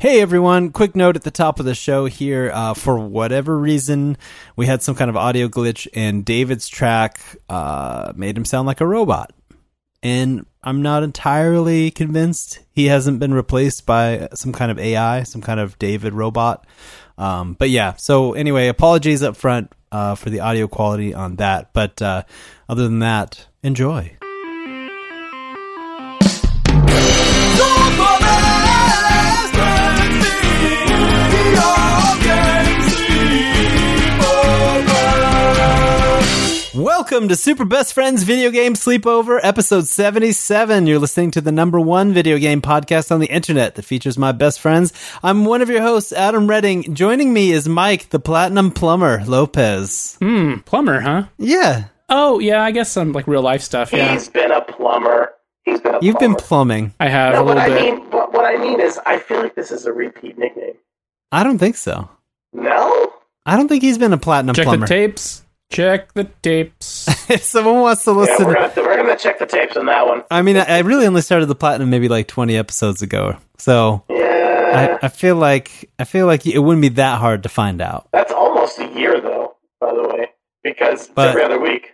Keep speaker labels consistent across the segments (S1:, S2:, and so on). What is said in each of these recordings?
S1: Hey everyone, quick note at the top of the show here. Uh, for whatever reason, we had some kind of audio glitch, and David's track uh, made him sound like a robot. And I'm not entirely convinced he hasn't been replaced by some kind of AI, some kind of David robot. Um, but yeah, so anyway, apologies up front uh, for the audio quality on that. But uh, other than that, enjoy. Welcome to Super Best Friends Video Game Sleepover, episode 77. You're listening to the number one video game podcast on the internet that features my best friends. I'm one of your hosts, Adam Redding. Joining me is Mike, the Platinum Plumber Lopez.
S2: Plumber, huh?
S1: Yeah,
S2: Oh, yeah, I guess some like real life stuff. Yeah.
S3: He's been a plumber. He's been a
S1: you've been
S3: plumber.
S1: plumbing.
S2: I have
S3: No,
S2: a
S3: what
S2: little
S3: I
S2: bit.
S3: mean, what, what I mean is, I feel like this is a repeat nickname.
S1: I don't think so.
S3: No,
S1: I don't think he's been a Platinum
S2: Check
S1: Plumber.
S2: the tapes. Check the tapes.
S1: if someone wants to
S3: yeah,
S1: listen,
S3: we're gonna, we're gonna check the tapes on that one.
S1: I mean, I, I really only started the Platinum maybe like 20 episodes ago. So
S3: Yeah,
S1: I, I feel like I feel like it wouldn't be that hard to find out.
S3: that's almost a year though. By the way, because it's
S1: But-
S3: every other week.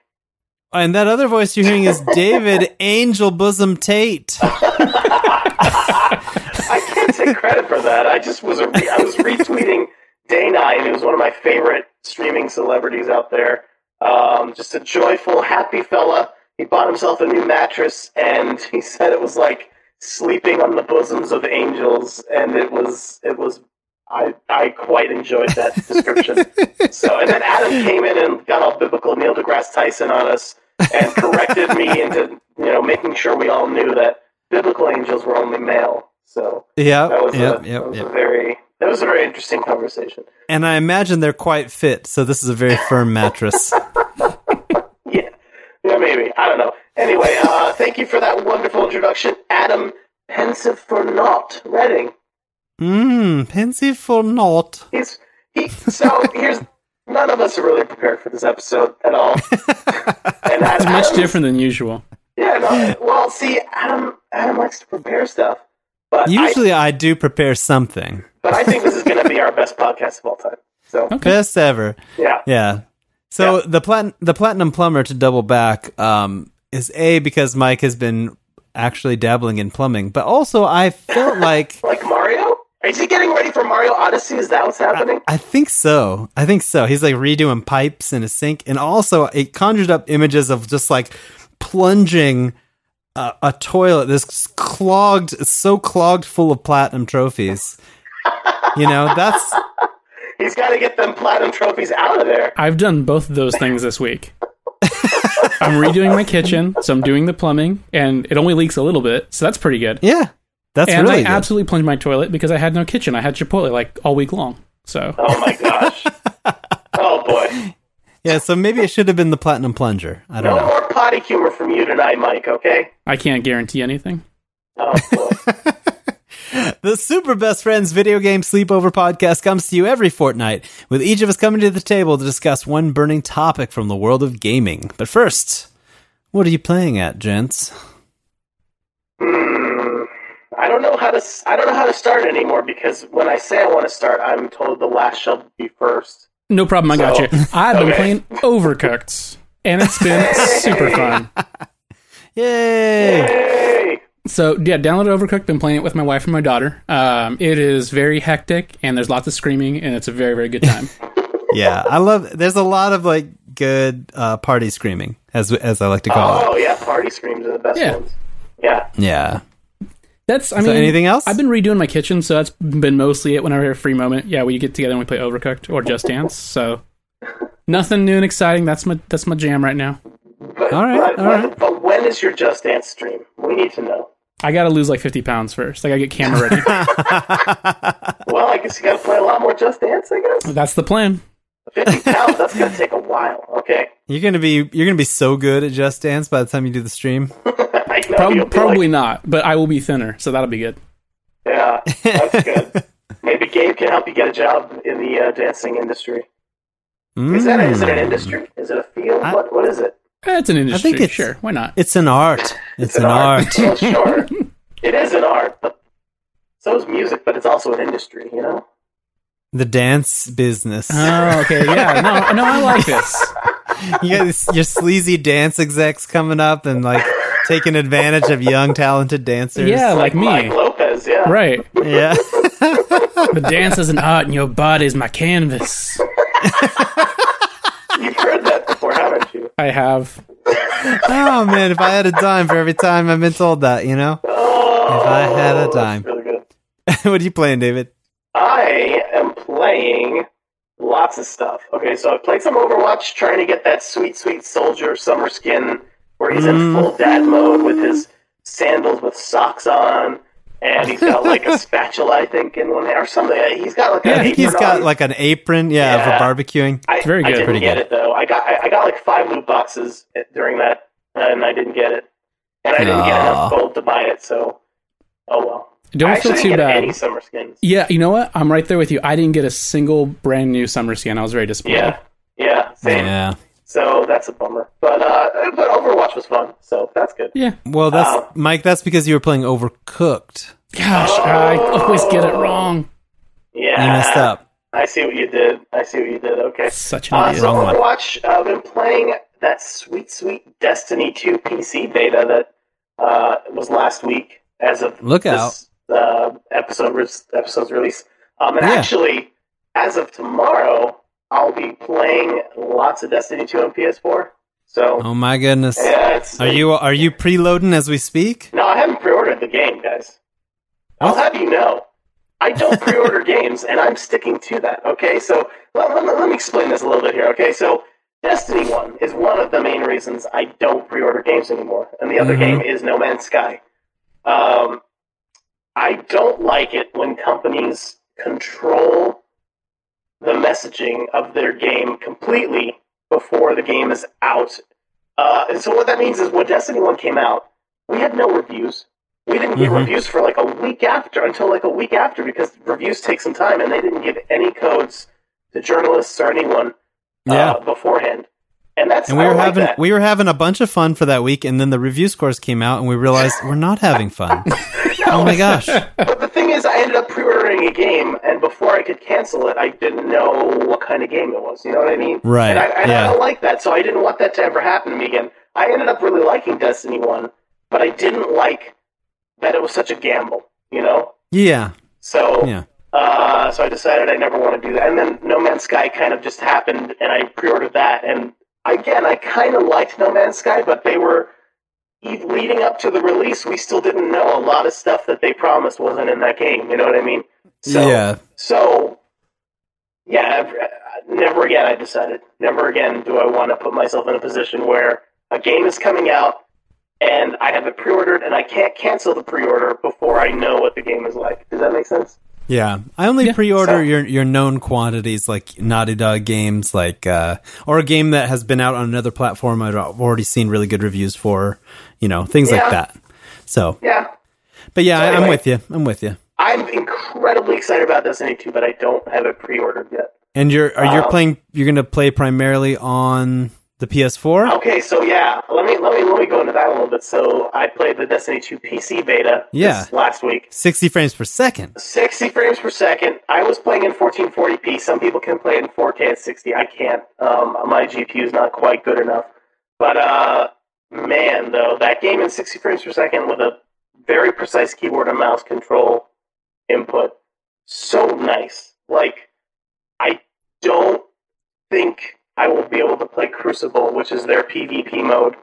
S1: And that other voice you're hearing is David Angel Bosom Tate.
S3: I can't take credit for that. I just was a re- I was retweeting Day Nine, who's one of my favorite streaming celebrities out there. Um, just a joyful, happy fella. He bought himself a new mattress, and he said it was like sleeping on the bosoms of angels, and it was it was. I, I quite enjoyed that description. so, and then Adam came in and got all biblical Neil deGrasse Tyson on us and corrected me into, you know, making sure we all knew that biblical angels were only male. So, that
S1: Yep,
S3: was,
S1: yep,
S3: a,
S1: yep,
S3: that was a
S1: yep.
S3: very that was a very interesting conversation.
S1: And I imagine they're quite fit, so this is a very firm mattress.
S3: Yeah, yeah, maybe I don't know. Anyway, uh, thank you for that wonderful introduction, Adam. Pensive for naught, Reading.
S1: Mmm, pensive for naught.
S3: He's he. So here's none of us are really prepared for this episode at all. and Adam,
S2: It's much different than usual.
S3: Yeah, no, well, see, Adam Adam likes to prepare stuff, but I,
S1: Usually I do prepare something.
S3: but I think this is going to be our best podcast of all time. So
S2: Okay.
S1: Best ever.
S3: yeah,
S1: Yeah. So
S3: Yeah.
S1: the platin- the platinum plumber to double back um, is a because Mike has been actually dabbling in plumbing, but also I felt like
S3: like Mario. Is he getting ready for Mario Odyssey? Is that what's happening?
S1: I think so. I think so. He's like redoing pipes in a sink, and also it conjured up images of just like plunging a, a toilet this clogged, so clogged full of platinum trophies. You know, that's
S3: He's got to get them platinum trophies out of there.
S2: I've done both of those things this week. I'm redoing my kitchen, so I'm doing the plumbing, and it only leaks a little bit, so that's pretty good.
S1: yeah, that's
S2: and
S1: really
S2: I
S1: good.
S2: absolutely plunged my toilet because I had no kitchen. I had Chipotle like all week long. So
S3: Oh my gosh. oh boy.
S1: yeah. So maybe it should have been the platinum plunger. I don't
S3: No
S1: know.
S3: more potty humor from you tonight, Mike, okay?
S2: I can't guarantee anything.
S3: Oh boy.
S1: The Super Best Friends Video Game Sleepover Podcast comes to you every fortnight, with each of us coming to the table to discuss one burning topic from the world of gaming. But first, what are you playing at, gents?
S3: Hmm. I don't know how to s- I don't know how to start anymore because when I say I want to start, I'm told the last shall be first.
S2: No problem. I got
S3: So-
S2: you. I've been
S3: okay.
S2: playing Overcooked, and it's been super fun.
S1: Yay!
S3: Hey.
S2: So yeah, downloaded Overcooked. Been playing it with my wife and my daughter. Um, it is very hectic, and there's lots of screaming, and it's a very very good time.
S1: Yeah, I love. There's a lot of like good uh, party screaming, as as I like to call
S3: Oh yeah, party screams are the best
S2: Yeah.
S3: ones. Yeah.
S1: it. Yeah,
S2: That's I
S1: So
S2: mean
S1: anything else?
S2: I've been redoing my kitchen, so that's been mostly it. Whenever I have a free moment, yeah, we get together and we play Overcooked or Just Dance. So nothing new and exciting. That's my that's my jam right now.
S3: But,
S1: All right,
S3: but,
S1: all
S3: when-
S1: right.
S3: but when is your Just Dance stream? We need to know.
S2: I gotta lose like fifty pounds first. Like I get camera ready.
S3: Well, I guess you got to play a lot more Just Dance, I guess.
S2: that's the plan.
S3: 50 pounds, that's going to take a while. Okay.
S1: you're gonna be you're gonna be so good at Just Dance by the time you do the stream.
S3: I know
S2: Prob-
S3: you'll be like-
S2: probably not, but I will be thinner, so that'll be good.
S3: Yeah, that's good. Maybe Gabe can help you get a job in the uh, dancing industry. Is that is it
S1: Mm.
S3: an industry? Is it a field?
S1: Hmm. I-
S3: what what is it?
S2: Eh, It's an industry.
S1: it's-
S2: sure, why not?
S1: It's an art. It's, an art.
S3: well, sure, it is an art, but so is music, but it's also an industry, you know?
S1: The dance business.
S3: Uh-huh.
S2: Oh, okay, yeah. No, no, I like this.
S1: you got this- your sleazy dance execs coming up and like taking advantage of young talented dancers.
S2: Yeah, like
S3: Mike
S2: me.
S3: Lopez, yeah.
S2: Right.
S1: Yeah.
S2: The dance is an art, and your body is my canvas.
S3: You've heard that before, haven't you?
S2: I have.
S1: oh man, if I had a dime for every time I've been told that, you know?
S3: Oh,
S1: If I had a dime.
S3: that's really good.
S1: what are you playing, David?
S3: I am playing lots of stuff. Okay, so I've played some Overwatch trying to get that sweet, sweet soldier summer skin where he's in
S1: Mm.
S3: full dad mode with his sandals with socks on. And he's got like a spatula, I think, in one hand or something. He's got like a.
S1: I think he's
S3: apron
S1: got
S3: on.
S1: like an apron, yeah,
S3: Yeah.
S1: for barbecuing.
S3: I,
S2: It's very
S3: I
S2: good.
S3: didn't
S1: Pretty
S3: get
S1: good.
S3: it though. I got I, I got like five loot boxes during that, and I didn't get it, and I didn't get
S1: Aw.
S3: enough gold to buy it. So, oh well. I
S2: Don't feel
S3: actually didn't
S2: too
S3: get
S2: bad.
S3: Any summer skins?
S2: Yeah, you know what? I'm right there with you. I didn't get a single brand new summer skin. I was very disappointed.
S3: Yeah, yeah, same.
S1: Yeah.
S3: So that's a bummer. But uh, but Overwatch was fun, so that's good.
S2: Yeah.
S1: Well that's
S3: Oh.
S1: Mike, that's because you were playing overcooked.
S2: Gosh, I always get it wrong.
S3: Yeah,
S1: You messed up.
S3: I see what you did. I see what you did. Okay.
S2: Such an
S3: Uh,
S2: idiot.
S3: so
S1: Wrong one.
S3: Overwatch, I've been playing that sweet, sweet Destiny 2 PC beta that uh, was last week as of
S1: Look
S3: this, uh, episode res- episode's release. Um, and
S1: Yeah.
S3: actually, as of tomorrow, I'll be playing lots of Destiny 2 on PS4. So,
S1: Oh my goodness.
S3: yeah, it's,
S1: Are you are you preloading as we speak?
S3: No, I haven't pre-ordered the game, guys. I'll have you know. I don't pre-order games, and I'm sticking to that. Okay, so let, let- let me explain this a little bit here. Okay, so Destiny One is one of the main reasons I don't pre-order games anymore, and the other
S1: Mhm.
S3: game is No Man's Sky. Um, I don't like it when companies control the messaging of their game completely before the game is out. Uh, and so what that means is when Destiny One came out, we had no reviews. We didn't get
S1: Mhm.
S3: reviews for like a week after, until like a week after, because reviews take some time, and they didn't give any codes to journalists or anyone uh,
S1: Yeah.
S3: beforehand. And that's
S1: And we
S3: I
S1: were
S3: don't like
S1: having
S3: that.
S1: we were having a bunch of fun for that week, and then the review scores came out, and we realized we're not having fun. oh my gosh!
S3: But the thing is, I ended up pre-ordering a game, and before I could cancel it, I didn't know what kind of game it was. You know what I mean?
S1: Right,
S3: And I, and
S1: yeah.
S3: I don't like that, so I didn't want that to ever happen to me again. I ended up really liking Destiny One, but I didn't like that it was such a gamble. You know?
S1: Yeah,
S3: So
S1: yeah.
S3: Uh, so I decided I never want to do that. And then No Man's Sky kind of just happened, and I pre-ordered that. And again, I kind of liked No Man's Sky, but they were e- leading up to the release. We still didn't know a lot of stuff that they promised wasn't in that game. You know what I mean? So,
S1: yeah,
S3: So yeah, I've- I- never again. I decided never again do I want to put myself in a position where a game is coming out and I have it pre-ordered and I can't cancel the pre-order before I know what the game is like. Does that make sense?
S1: yeah. I only pre-order
S3: So-
S1: your your known quantities, like Naughty Dog games, like uh, or a game that has been out on another platform. I've already seen really good reviews for, you know, things
S3: Yeah.
S1: like that. So,
S3: Yeah.
S1: but yeah,
S3: So
S1: I, I'm
S3: anyway.
S1: with you. I'm with you.
S3: I'm incredibly excited about Destiny 2, but I don't have it pre-ordered yet.
S1: And you're are you
S3: Um,
S1: playing? You're going to play primarily on the PS4.
S3: Okay, so yeah, let me let me let me go into that a little bit. So I played the Destiny 2 PC beta
S1: Yeah.
S3: this last week.
S1: 60 frames per second.
S3: 60 frames per second. I was playing in 1440p. Some people can play it in 4K at 60. I can't. Um, my GPU is not quite good enough. But uh, man, though, that game in 60 frames per second with a very precise keyboard and mouse control input, so nice. Like, I don't think I will be able to play Crucible, which is their PvP mode,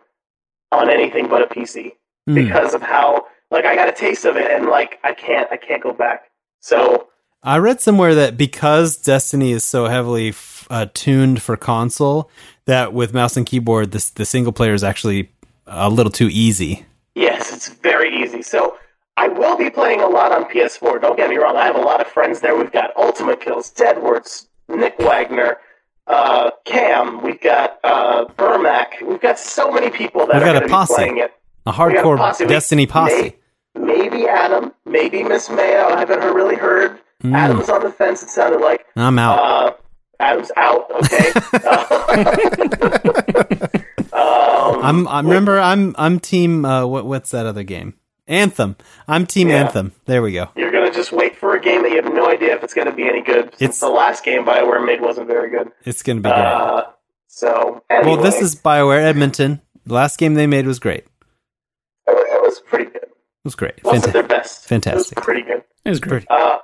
S3: on anything but a PC
S1: Mm.
S3: because of how like I got a taste of it and like I can't I can't go back. So
S1: I read somewhere that because Destiny is so heavily f- uh, tuned for console, that with mouse and keyboard, this the single player is actually a little too easy.
S3: yes, it's very easy. So I will be playing a lot on PS4. Don't get me wrong. I have a lot of friends there. We've got Ultimate Kills, Deadwords, Nick Wagner, uh, Cam. We've got uh, Burmac. We've got so many people that
S1: We've
S3: are
S1: got a
S3: going to be
S1: posse.
S3: playing it.
S1: A
S3: got
S1: hardcore
S3: posse. We-
S1: Destiny posse.
S3: May- Maybe Adam. Maybe Miss Mayo. I haven't really heard.
S1: Mm.
S3: Adam's on the fence. It sounded like.
S1: I'm out.
S3: Uh, Adam's out. Okay. um,
S1: I'm. I remember. I'm. I'm team. Uh, what, what's that other game? Anthem. I'm team
S3: Yeah.
S1: Anthem. There we go.
S3: You're gonna gonna just wait for a game that you have no idea if it's gonna be any good. Since
S1: It's-
S3: the last game Bioware made wasn't very good.
S1: It's going to be great.
S3: Uh, so anyway,
S1: well, this is BioWare Edmonton. The last game they made was great. It
S3: it, wa- it was pretty good. It
S1: was great.
S3: wasn't
S1: Fantastic.
S3: their best. It
S1: Fantastic.
S3: was pretty good.
S2: It was great.
S3: Uh,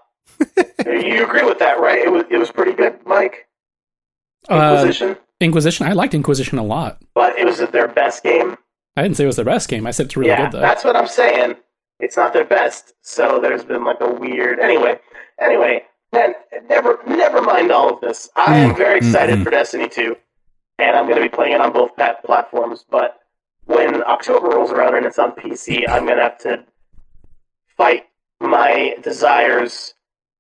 S3: you agree with that, right? It was it was pretty good, Mike.
S2: Uh,
S3: Inquisition,
S2: Inquisition. I liked Inquisition a lot.
S3: but it was their best game.
S2: I didn't say it was their best game. I said it's really
S3: yeah,
S2: good though.
S3: that's what I'm saying. It's not their best, so there's been like a weird. Anyway, anyway, then never, never mind all of this. I am very excited for Destiny 2, and I'm going to be playing it on both pat- platforms. But when October rolls around and it's on PC, I'm going to have to fight my desires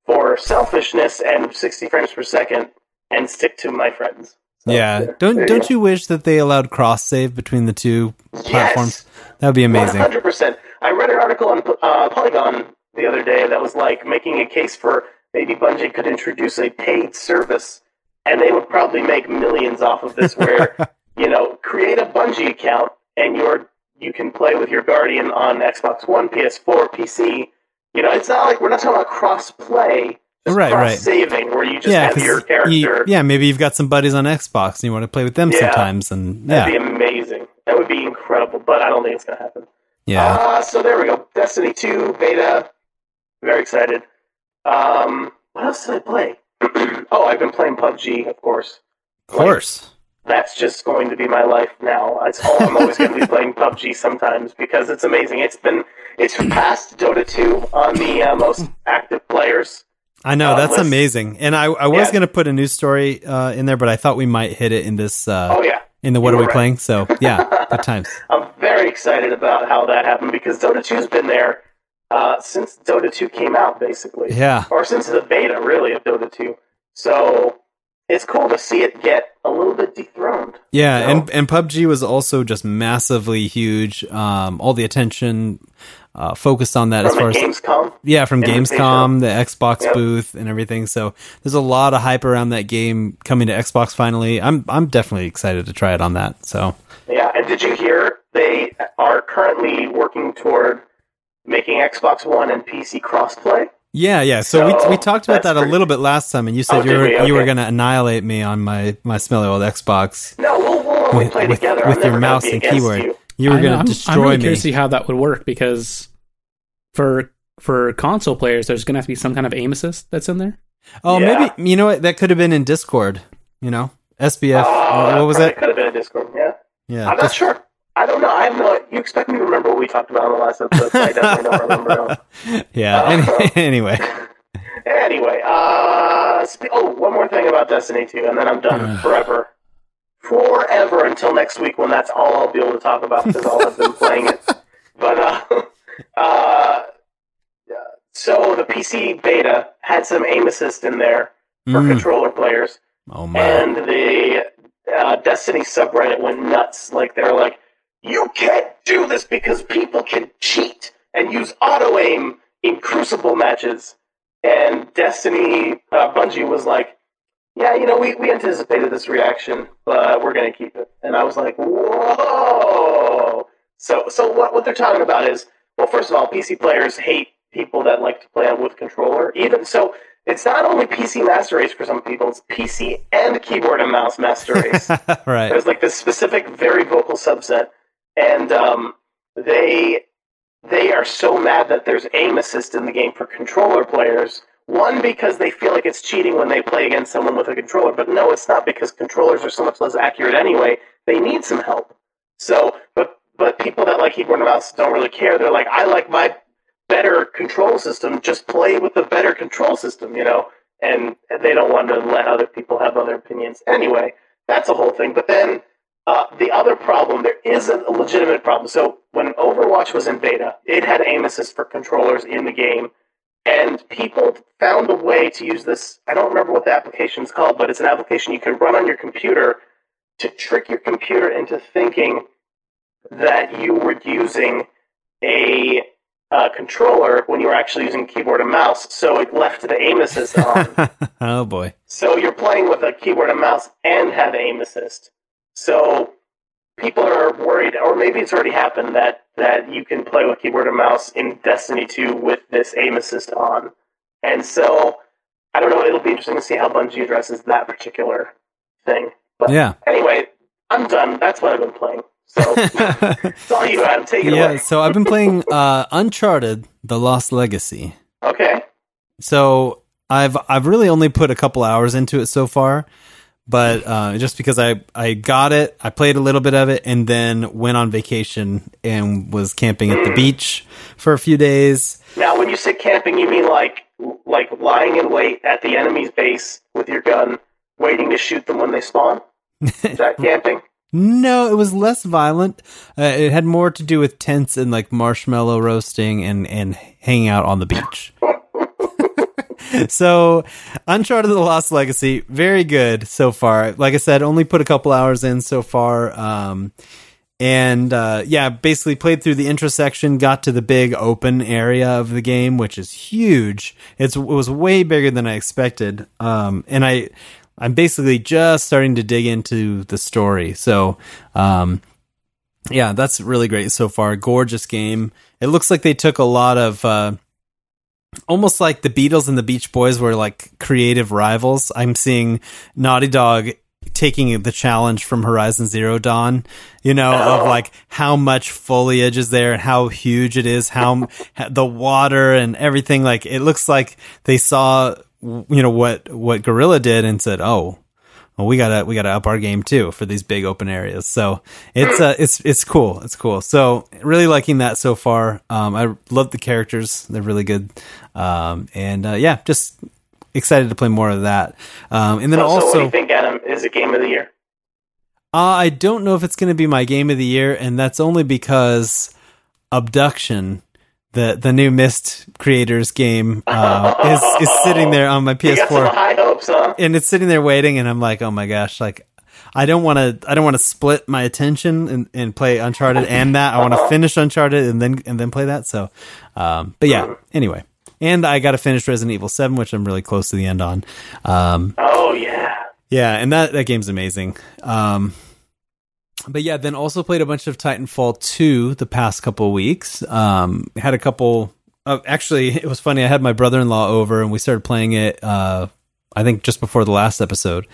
S3: for selfishness and 60 frames per second, and stick to my friends. So,
S1: Yeah.
S3: there
S1: Don't
S3: you
S1: don't you wish that they allowed cross save between the two
S3: Yes!
S1: platforms? That would be amazing.
S3: One hundred percent. I read an article on uh, Polygon the other day that was like making a case for maybe Bungie could introduce a paid service, and they would probably make millions off of this. Where you know, create a Bungie account, and your you can play with your Guardian on Xbox One, PS4, PC. You know, it's not like we're not talking about cross play, just
S1: Right, right.
S3: cross saving, where you just
S1: yeah,
S3: have
S1: 'cause
S3: your
S1: you-
S3: character.
S1: yeah, maybe you've got some buddies on Xbox and you want to play with them
S3: Yeah.
S1: sometimes and yeah.
S3: That'd be amazing. That would be incredible, but I don't think it's gonna happen.
S1: yeah.
S3: Uh, so there we go. Destiny 2 beta. Very excited. Um, what else did I play? oh, I've been playing PUBG, of course.
S1: of course.
S3: That's just going to be my life now. That's all I'm always going to be playing PUBG sometimes because it's amazing. It's been it's surpassed Dota 2 on the uh, most active players.
S1: I know
S3: uh,
S1: that's
S3: let's-
S1: amazing. And I I was
S3: Yeah.
S1: going to put a news story uh, in there but I thought we might hit it in this uh,
S3: Oh yeah,
S1: in the what
S3: you
S1: are
S3: were
S1: we
S3: right.
S1: playing? So, yeah, good times.
S3: I'm very excited about how that happened because Dota 2's been there uh, since Dota 2 came out, basically.
S1: Yeah.
S3: or since the beta really of Dota 2. So it's cool to see it get a little bit dethroned.
S1: Yeah,
S3: So-
S1: and and PUBG was also just massively huge. Um, all the attention uh, focused on that as
S3: From
S1: far
S3: a
S1: as
S3: Gamescom,
S1: yeah, from
S3: invitation.
S1: Gamescom, the Xbox
S3: Yep.
S1: booth, and everything. So there's a lot of hype around that game coming to Xbox finally. I'm I'm definitely excited to try it on that. So
S3: yeah. And did you hear they are currently working toward making Xbox One and PC crossplay?
S1: yeah, yeah. So,
S3: So,
S1: we we talked about
S3: that's
S1: that a
S3: pretty-
S1: little bit last time, and you said
S3: Oh,
S1: you
S3: did
S1: were
S3: we?
S1: you were
S3: Okay.
S1: going to annihilate me on my my smelly old Xbox
S3: No, we'll, we'll only
S1: with
S3: play
S1: with,
S3: together.
S1: with
S3: I'm
S1: your
S3: never gonna
S1: mouse
S3: be
S1: and
S3: against
S1: keyboard.
S3: you.
S1: You were
S2: I know,
S1: going
S2: I'm-
S1: to
S2: I'm
S1: destroy
S2: really curious to
S1: me.
S2: see how that would work because for for console players, there's going to have to be some kind of aim assist that's in there.
S1: Oh,
S3: Yeah.
S1: maybe you know what? That could have been in Discord. You know, SBF.
S3: Oh,
S1: Uh, what was
S3: probably
S1: it?
S3: Could have been a Discord. Yeah,
S1: Yeah,
S3: I'm not
S1: just-
S3: sure. I don't know. I have no. You expect me to remember what we talked about on the last episode? so I definitely don't remember.
S1: yeah. any- anyway,
S3: Anyway, uh, sp- oh, one more thing about Destiny 2, and then I'm done forever. Forever until next week when that's all I'll be able to talk about because I'll have been playing it. But, uh, uh, so the PC beta had some aim assist in there for
S1: Mm.
S3: controller players,
S1: oh my,
S3: and the uh, Destiny subreddit went nuts. Like, they're like, you can't do this because people can cheat and use auto aim in crucible matches. And Destiny uh, Bungie was like, yeah, you know, we, we anticipated this reaction, but we're going to keep it. And I was like, whoa. So, so what, what they're talking about is, well, first of all, PC players hate people that like to play on with controller. Even so, it's not only PC master race for some people, it's PC and keyboard and mouse master race.
S1: right?
S3: There's like this specific, very vocal subset, and um, they they are so mad that there's aim assist in the game for controller players. One because they feel like it's cheating when they play against someone with a controller, but no, it's not because controllers are so much less accurate anyway. They need some help. So, but but people that like keyboard and mouse don't really care. They're like, I like my better control system. Just play with the better control system, you know. And they don't want to let other people have other opinions. Anyway, that's a whole thing. But then uh, the other problem, there is a legitimate problem. So when Overwatch was in beta, it had aim assist for controllers in the game, and people found a way to use this. I don't remember what the application is called, but it's an application you can run on your computer to trick your computer into thinking that you were using a uh, controller when you were actually using keyboard and mouse. So it left the aim assist on.
S1: oh boy,
S3: So you're playing with a keyboard and mouse and have aim assist. So people are worried, or maybe it's already happened that that you can play with keyboard and mouse in Destiny 2 with this aim assist on, and so I don't know. It'll be interesting to see how Bungie addresses that particular thing. But
S1: Yeah.
S3: anyway, I'm done. That's what I've been playing. So it's all you, Adam. Take it
S1: yeah,
S3: away.
S1: so I've been playing uh, Uncharted: The Lost Legacy.
S3: Okay.
S1: So I've I've really only put a couple hours into it so far, but uh, just because I I got it, I played a little bit of it, and then went on vacation and was camping at the beach for a few days.
S3: Now, when you say camping, you mean like like lying in wait at the enemy's base with your gun, waiting to shoot them when they spawn. Is that camping?
S1: No, it was less violent. Uh, it had more to do with tents and like marshmallow roasting and and hanging out on the beach. so, Uncharted: The Lost Legacy, very good so far. Like I said, only put a couple hours in so far. Um, and uh, yeah, basically played through the intro section, got to the big open area of the game, which is huge. It's, it was way bigger than I expected, um, and I I'm basically just starting to dig into the story. So um, yeah, that's really great so far. Gorgeous game. It looks like they took a lot of. Uh, almost like the Beatles and the Beach Boys were like creative rivals. I'm seeing Naughty Dog taking the challenge from Horizon Zero Dawn, you know, of like how much foliage is there and how huge it is, how the water and everything like it looks like they saw you know what what Gorilla did and said, "Oh, well, we gotta we gotta up our game too for these big open areas. So it's uh it's it's cool. It's cool. So really liking that so far. Um, I love the characters. They're really good. Um, and uh, yeah, just excited to play more of that. Um, and then
S3: so, what do
S1: also,
S3: you think, Adam? Is it game of the year?
S1: uh, I don't know if it's going to be my game of the year, and that's only because Abduction. The, the new Mist creators game uh, is is sitting there on my
S3: You got some
S1: PS4
S3: high hopes, huh?
S1: and it's sitting there waiting and i'm like oh my gosh like i don't want to i don't want to split my attention and, and play uncharted and that i want to finish uncharted and then and then play that so um but yeah anyway and i gotta finish resident evil 7 which i'm really close to the end on um
S3: Oh yeah.
S1: yeah and that that game's amazing um but yeah then also played a bunch of titanfall 2 the past couple weeks um had a couple of, actually it was funny i had my brother-in-law over and we started playing it uh I think just before the last episode,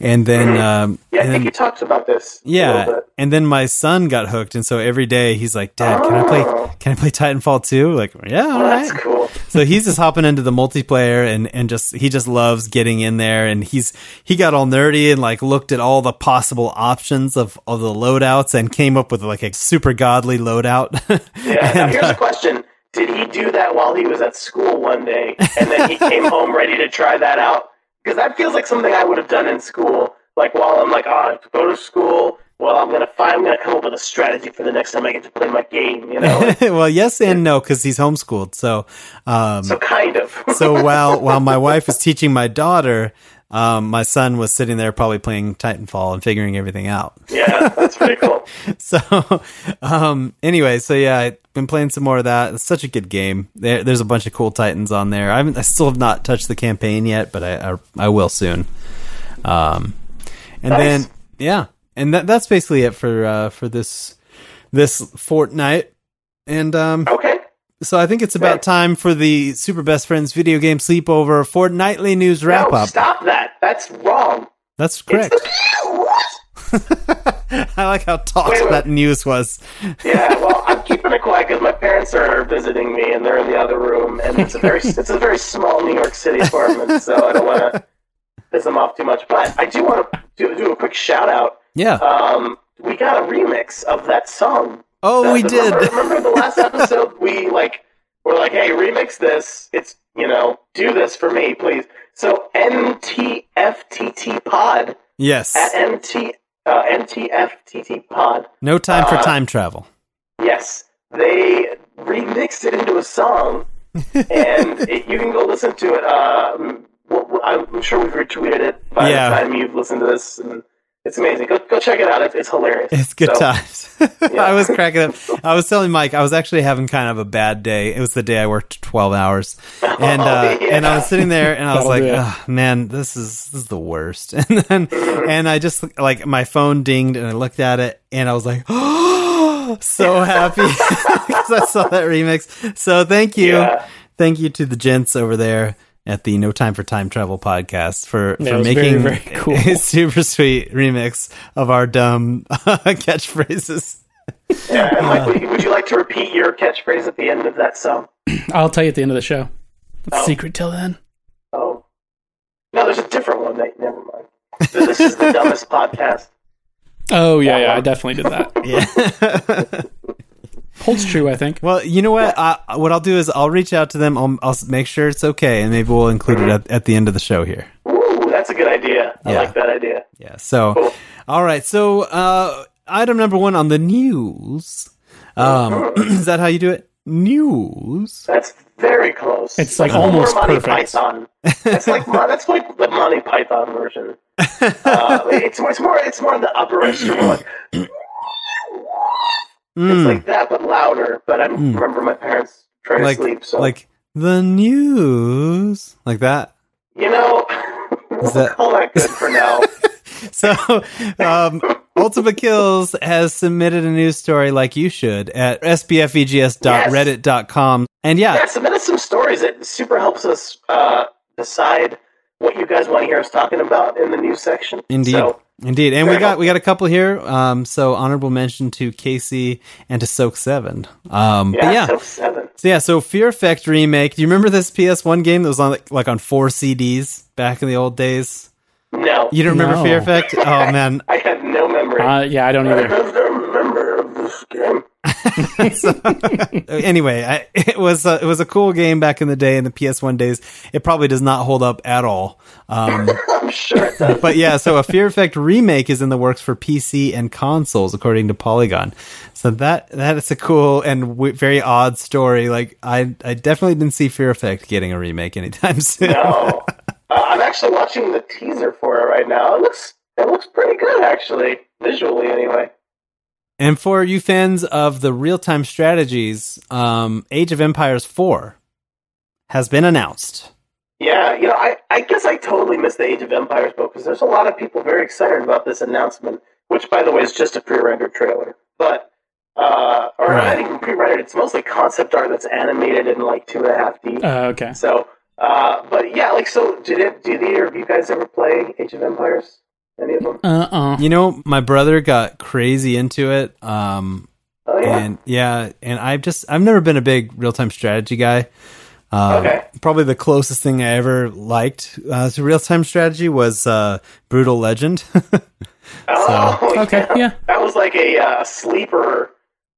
S1: and then um,
S3: Yeah, I
S1: and
S3: think
S1: then,
S3: you talked about this. a little
S1: yeah,
S3: bit.
S1: and then my son got hooked, and so every day he's like, "Dad, can I
S3: Oh.
S1: play? Can I play Titanfall 2? Like, yeah, all
S3: Well,
S1: right
S3: Oh, that's cool.
S1: so he's just hopping into the multiplayer and and just he just loves getting in there and he's he got all nerdy and like looked at all the possible options of of the loadouts and came up with like a super godly loadout
S3: Yeah. now
S1: And,
S3: here's
S1: uh,
S3: a question: Did he do that while he was at school one day, and then he came home ready to try that out? Because that feels like something I would have done in school. Like while I'm like, oh, I have to go to school. Well, I'm gonna find. I'm gonna come up with a strategy for the next time I get to play my game. You know.
S1: well yes and no because he's homeschooled so um
S3: so kind of.
S1: so while while my wife was teaching my daughter um, my son was sitting there probably playing Titanfall and figuring everything out.
S3: yeah, that's pretty cool.
S1: So, um, anyway, so yeah, I've been playing some more of that. It's such a good game. There, there's a bunch of cool titans on there. I haven't, I still have not touched the campaign yet, but I, I, I will soon. Um, and
S3: Nice.
S1: then yeah, and that, that's basically it for uh, for this this fortnight. And um,
S3: Okay.
S1: so I think it's about
S3: Right.
S1: time for the Super Best Friends video game sleepover fortnightly news wrap
S3: no,
S1: up.
S3: stop that. That's wrong.
S1: That's correct.
S3: What?
S1: I like how taut
S3: Wait, wait.
S1: that news was.
S3: Yeah, well, I'm keeping it quiet because my parents are visiting me, and they're in the other room, and it's a very it's a very small New York City apartment, so I don't want to piss them off too much. But I do want to do, do a quick shout out.
S1: Yeah.
S3: Um, we got a remix of that song.
S1: oh,
S3: That-
S1: we did.
S3: Remember, remember the last episode? We like we're like, hey, remix this. It's you know, do this for me, please. So MTFTT Pod
S1: yes.
S3: at MT uh, MTFTT Pod.
S1: No time for
S3: Uh,
S1: time travel.
S3: Yes, they remixed it into a song, and it, you can go listen to it. Um, well, well, I'm sure we've retweeted it by
S1: Yeah.
S3: the time you've listened to this, and It's amazing. Go, go check it out. It's, it's hilarious.
S1: It's good
S3: So,
S1: times. I was cracking up. I was telling Mike I was actually having kind of a bad day. It was the day I worked twelve hours, and uh,
S3: Oh, yeah.
S1: and I was sitting there and I was
S2: That'll
S1: like,
S2: do it.
S1: "Ah, man, this is this is the worst. And then and I just like my phone dinged and I looked at it and I was like, oh, so happy because I saw that remix. So thank you,
S3: Yeah.
S1: thank you to the gents over there. At the No Time for Time Travel podcast for,
S2: Yeah,
S1: for
S2: it was very,
S1: making
S2: very cool.
S1: a super sweet remix of our dumb catchphrases.
S3: Yeah, and Mike, would you, would you like to repeat your catchphrase at the end of that song?
S2: I'll tell you at the end of the show. It's
S3: Oh.
S2: secret till then.
S3: Oh. No, there's a different one. That, never mind. This is the dumbest podcast.
S2: Oh yeah, yeah, I definitely did that.
S1: Yeah.
S2: Holds true, I think.
S1: well, you know what? I, what I'll do is I'll reach out to them. I'll, I'll s- make sure it's okay, and maybe we'll include it at, at the end of the show here.
S3: Ooh, that's a good idea. I
S1: Yeah.
S3: like that idea.
S1: Yeah. So, all right. So, uh, item number one on the news. Um, is that how you do it? News.
S3: That's very close.
S2: It's, like,
S3: That's more
S2: almost
S3: Monty
S2: perfect.
S3: Python. That's like Mon- that's like the Monty Python version. Uh, it's, more- it's more it's more the upper extreme. Like,
S1: Mm.
S3: it's like that, but louder. But I remember my parents trying
S1: Hmm, Like,
S3: to sleep. So
S1: like the news, like that.
S3: you know,
S1: Is
S3: we'll
S1: that-
S3: call that good for now.
S1: So, um, Ultima Kills has submitted a news story like you should at E sbfvgs.reddit.com. And yeah,
S3: yeah, submit us some stories. It super helps us uh, decide what you guys want to hear us talking about in the news section.
S1: Indeed.
S3: So,
S1: Indeed. And we
S3: Very
S1: got we got a couple here. Um so honorable mention to Casey and to Soak Seven. Um
S3: yeah,
S1: but yeah.
S3: so seven.
S1: So yeah, so Fear Effect remake. Do you remember this PS1 game that was on like, like on four CDs back in the old days?
S3: No,
S1: You don't remember
S2: No.
S1: Fear Effect? Oh man.
S3: I have no memory.
S2: Uh, yeah, I don't
S3: I
S2: either.
S3: have no memory of this game.
S1: anyway, I, it was a, it was a cool game back in the day in the PS1 days. It probably does not hold up at all. Um
S3: I'm sure it does.
S1: but yeah, so a Fear Effect remake is in the works for PC and consoles, according to Polygon. So that that is a cool and w- very odd story. Like I, I definitely didn't see Fear Effect getting a remake anytime soon.
S3: No, uh, I'm actually watching the teaser for it right now. It looks it looks pretty good actually, visually anyway.
S1: And for you fans of the real time strategies, um, Age of Empires Four has been announced.
S3: Yeah, you know, I, I guess I totally missed the Age of Empires book because there's a lot of people very excited about this announcement, which, by the way, is just a pre-rendered trailer. But, uh, or
S1: Right.
S3: not even pre-rendered, it's mostly concept art that's animated in like two and a half D.
S2: Uh, okay.
S3: so, uh, but yeah, like, so did it, did either of you guys ever play Age of Empires? Any of them?
S2: Uh oh.
S1: You know, my brother got crazy into it. Um,
S3: Oh, yeah.
S1: and yeah, and I've just I've never been a big real time strategy guy. Um,
S3: Okay.
S1: Probably the closest thing I ever liked uh, to real time strategy was uh, Brutal Legend.
S3: oh, yeah.
S2: Okay. Yeah.
S3: That was like a uh, sleeper.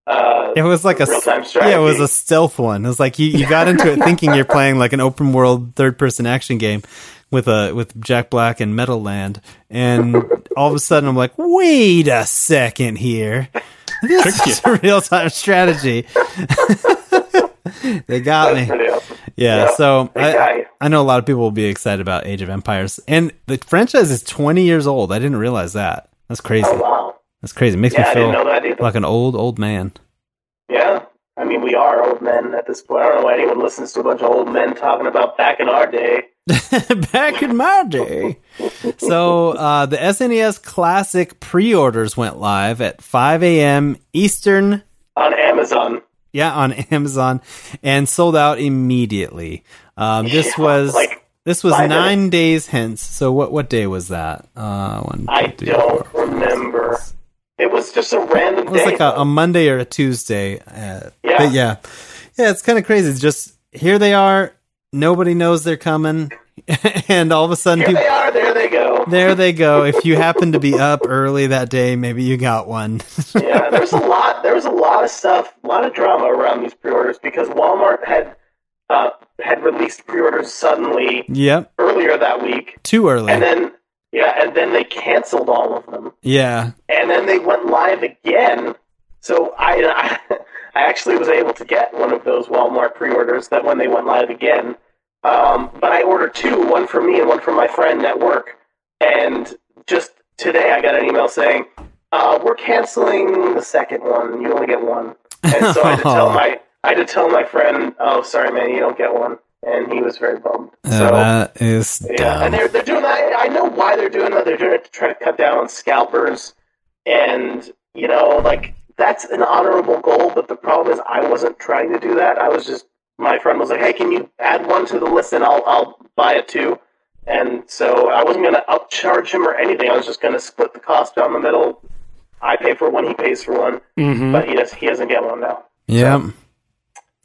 S3: Uh,
S1: it was like a
S3: Real-time
S1: yeah, it was
S3: strategy.
S1: a stealth one. It was like you, you got into it thinking you're playing like an open world third person action game with a with Jack Black and Metal Land, and all of a sudden I'm like, wait a second here, this is real time strategy. they got me.
S3: pretty awesome.
S1: Yeah,
S3: Yeah,
S1: so
S3: I got
S1: I,
S3: you.
S1: I know a lot of people will be excited about Age of Empires, and the franchise is 20 years old. I didn't realize that. That's crazy.
S3: Oh, wow.
S1: That's crazy. It makes
S3: Yeah, I
S1: me
S3: didn't know
S1: feel
S3: that either.
S1: like an old old man.
S3: Yeah. I mean, we are old men at this point. I don't know why anyone listens to a bunch of old men talking about back in our day.
S1: Back in my day. So uh, the SNES Classic pre-orders went live at 5 a.m. Eastern.
S3: On Amazon.
S1: Yeah, on Amazon, and sold out immediately. Um, this
S3: Yeah,
S1: was
S3: like,
S1: this was
S3: five
S1: nine days hence. So what what day was that? Uh, one,
S3: I
S1: two, three,
S3: don't remember. It was just a random
S1: It was
S3: day.
S1: like a, a Monday or a Tuesday. Uh,
S3: Yeah.
S1: but yeah, yeah, it's kind of crazy. It's just here they are. Nobody knows they're coming, and all of a sudden,
S3: Here
S1: people,
S3: they are. There they go.
S1: there they go. If you happen to be up early that day, maybe you got one.
S3: yeah, there's a lot. There was a lot of stuff, a lot of drama around these pre-orders because Walmart had uh, had released pre-orders suddenly
S1: yep,
S3: earlier that week,
S1: too
S3: and
S1: early.
S3: then yeah, and then they canceled all of them.
S1: Yeah,
S3: and then they went live again. So I, I, I actually was able to get one of those Walmart pre-orders that when they went live again. Um, but I ordered two, one for me and one for my friend at work, and just today I got an email saying, uh, "We're canceling the second one. You only get one." And so I had to tell my I had to tell my friend, "Oh, sorry, man, you don't get one." And he was very bummed.
S1: Uh,
S3: So
S1: that is
S3: yeah,
S1: dumb.
S3: and they're they're doing that. I know why they're doing that. They're doing it to try to cut down on scalpers, and you know, like that's an honorable goal. But the problem is, I wasn't trying to do that. I was just my friend was like, "Hey, can you add one to the list, and I'll I'll buy it too." And so I wasn't going to upcharge him or anything. I was just going to split the cost down the middle. I pay for one, he pays for one,
S1: Mm-hmm.
S2: hmm
S3: but he does he doesn't get one now.
S1: yeah.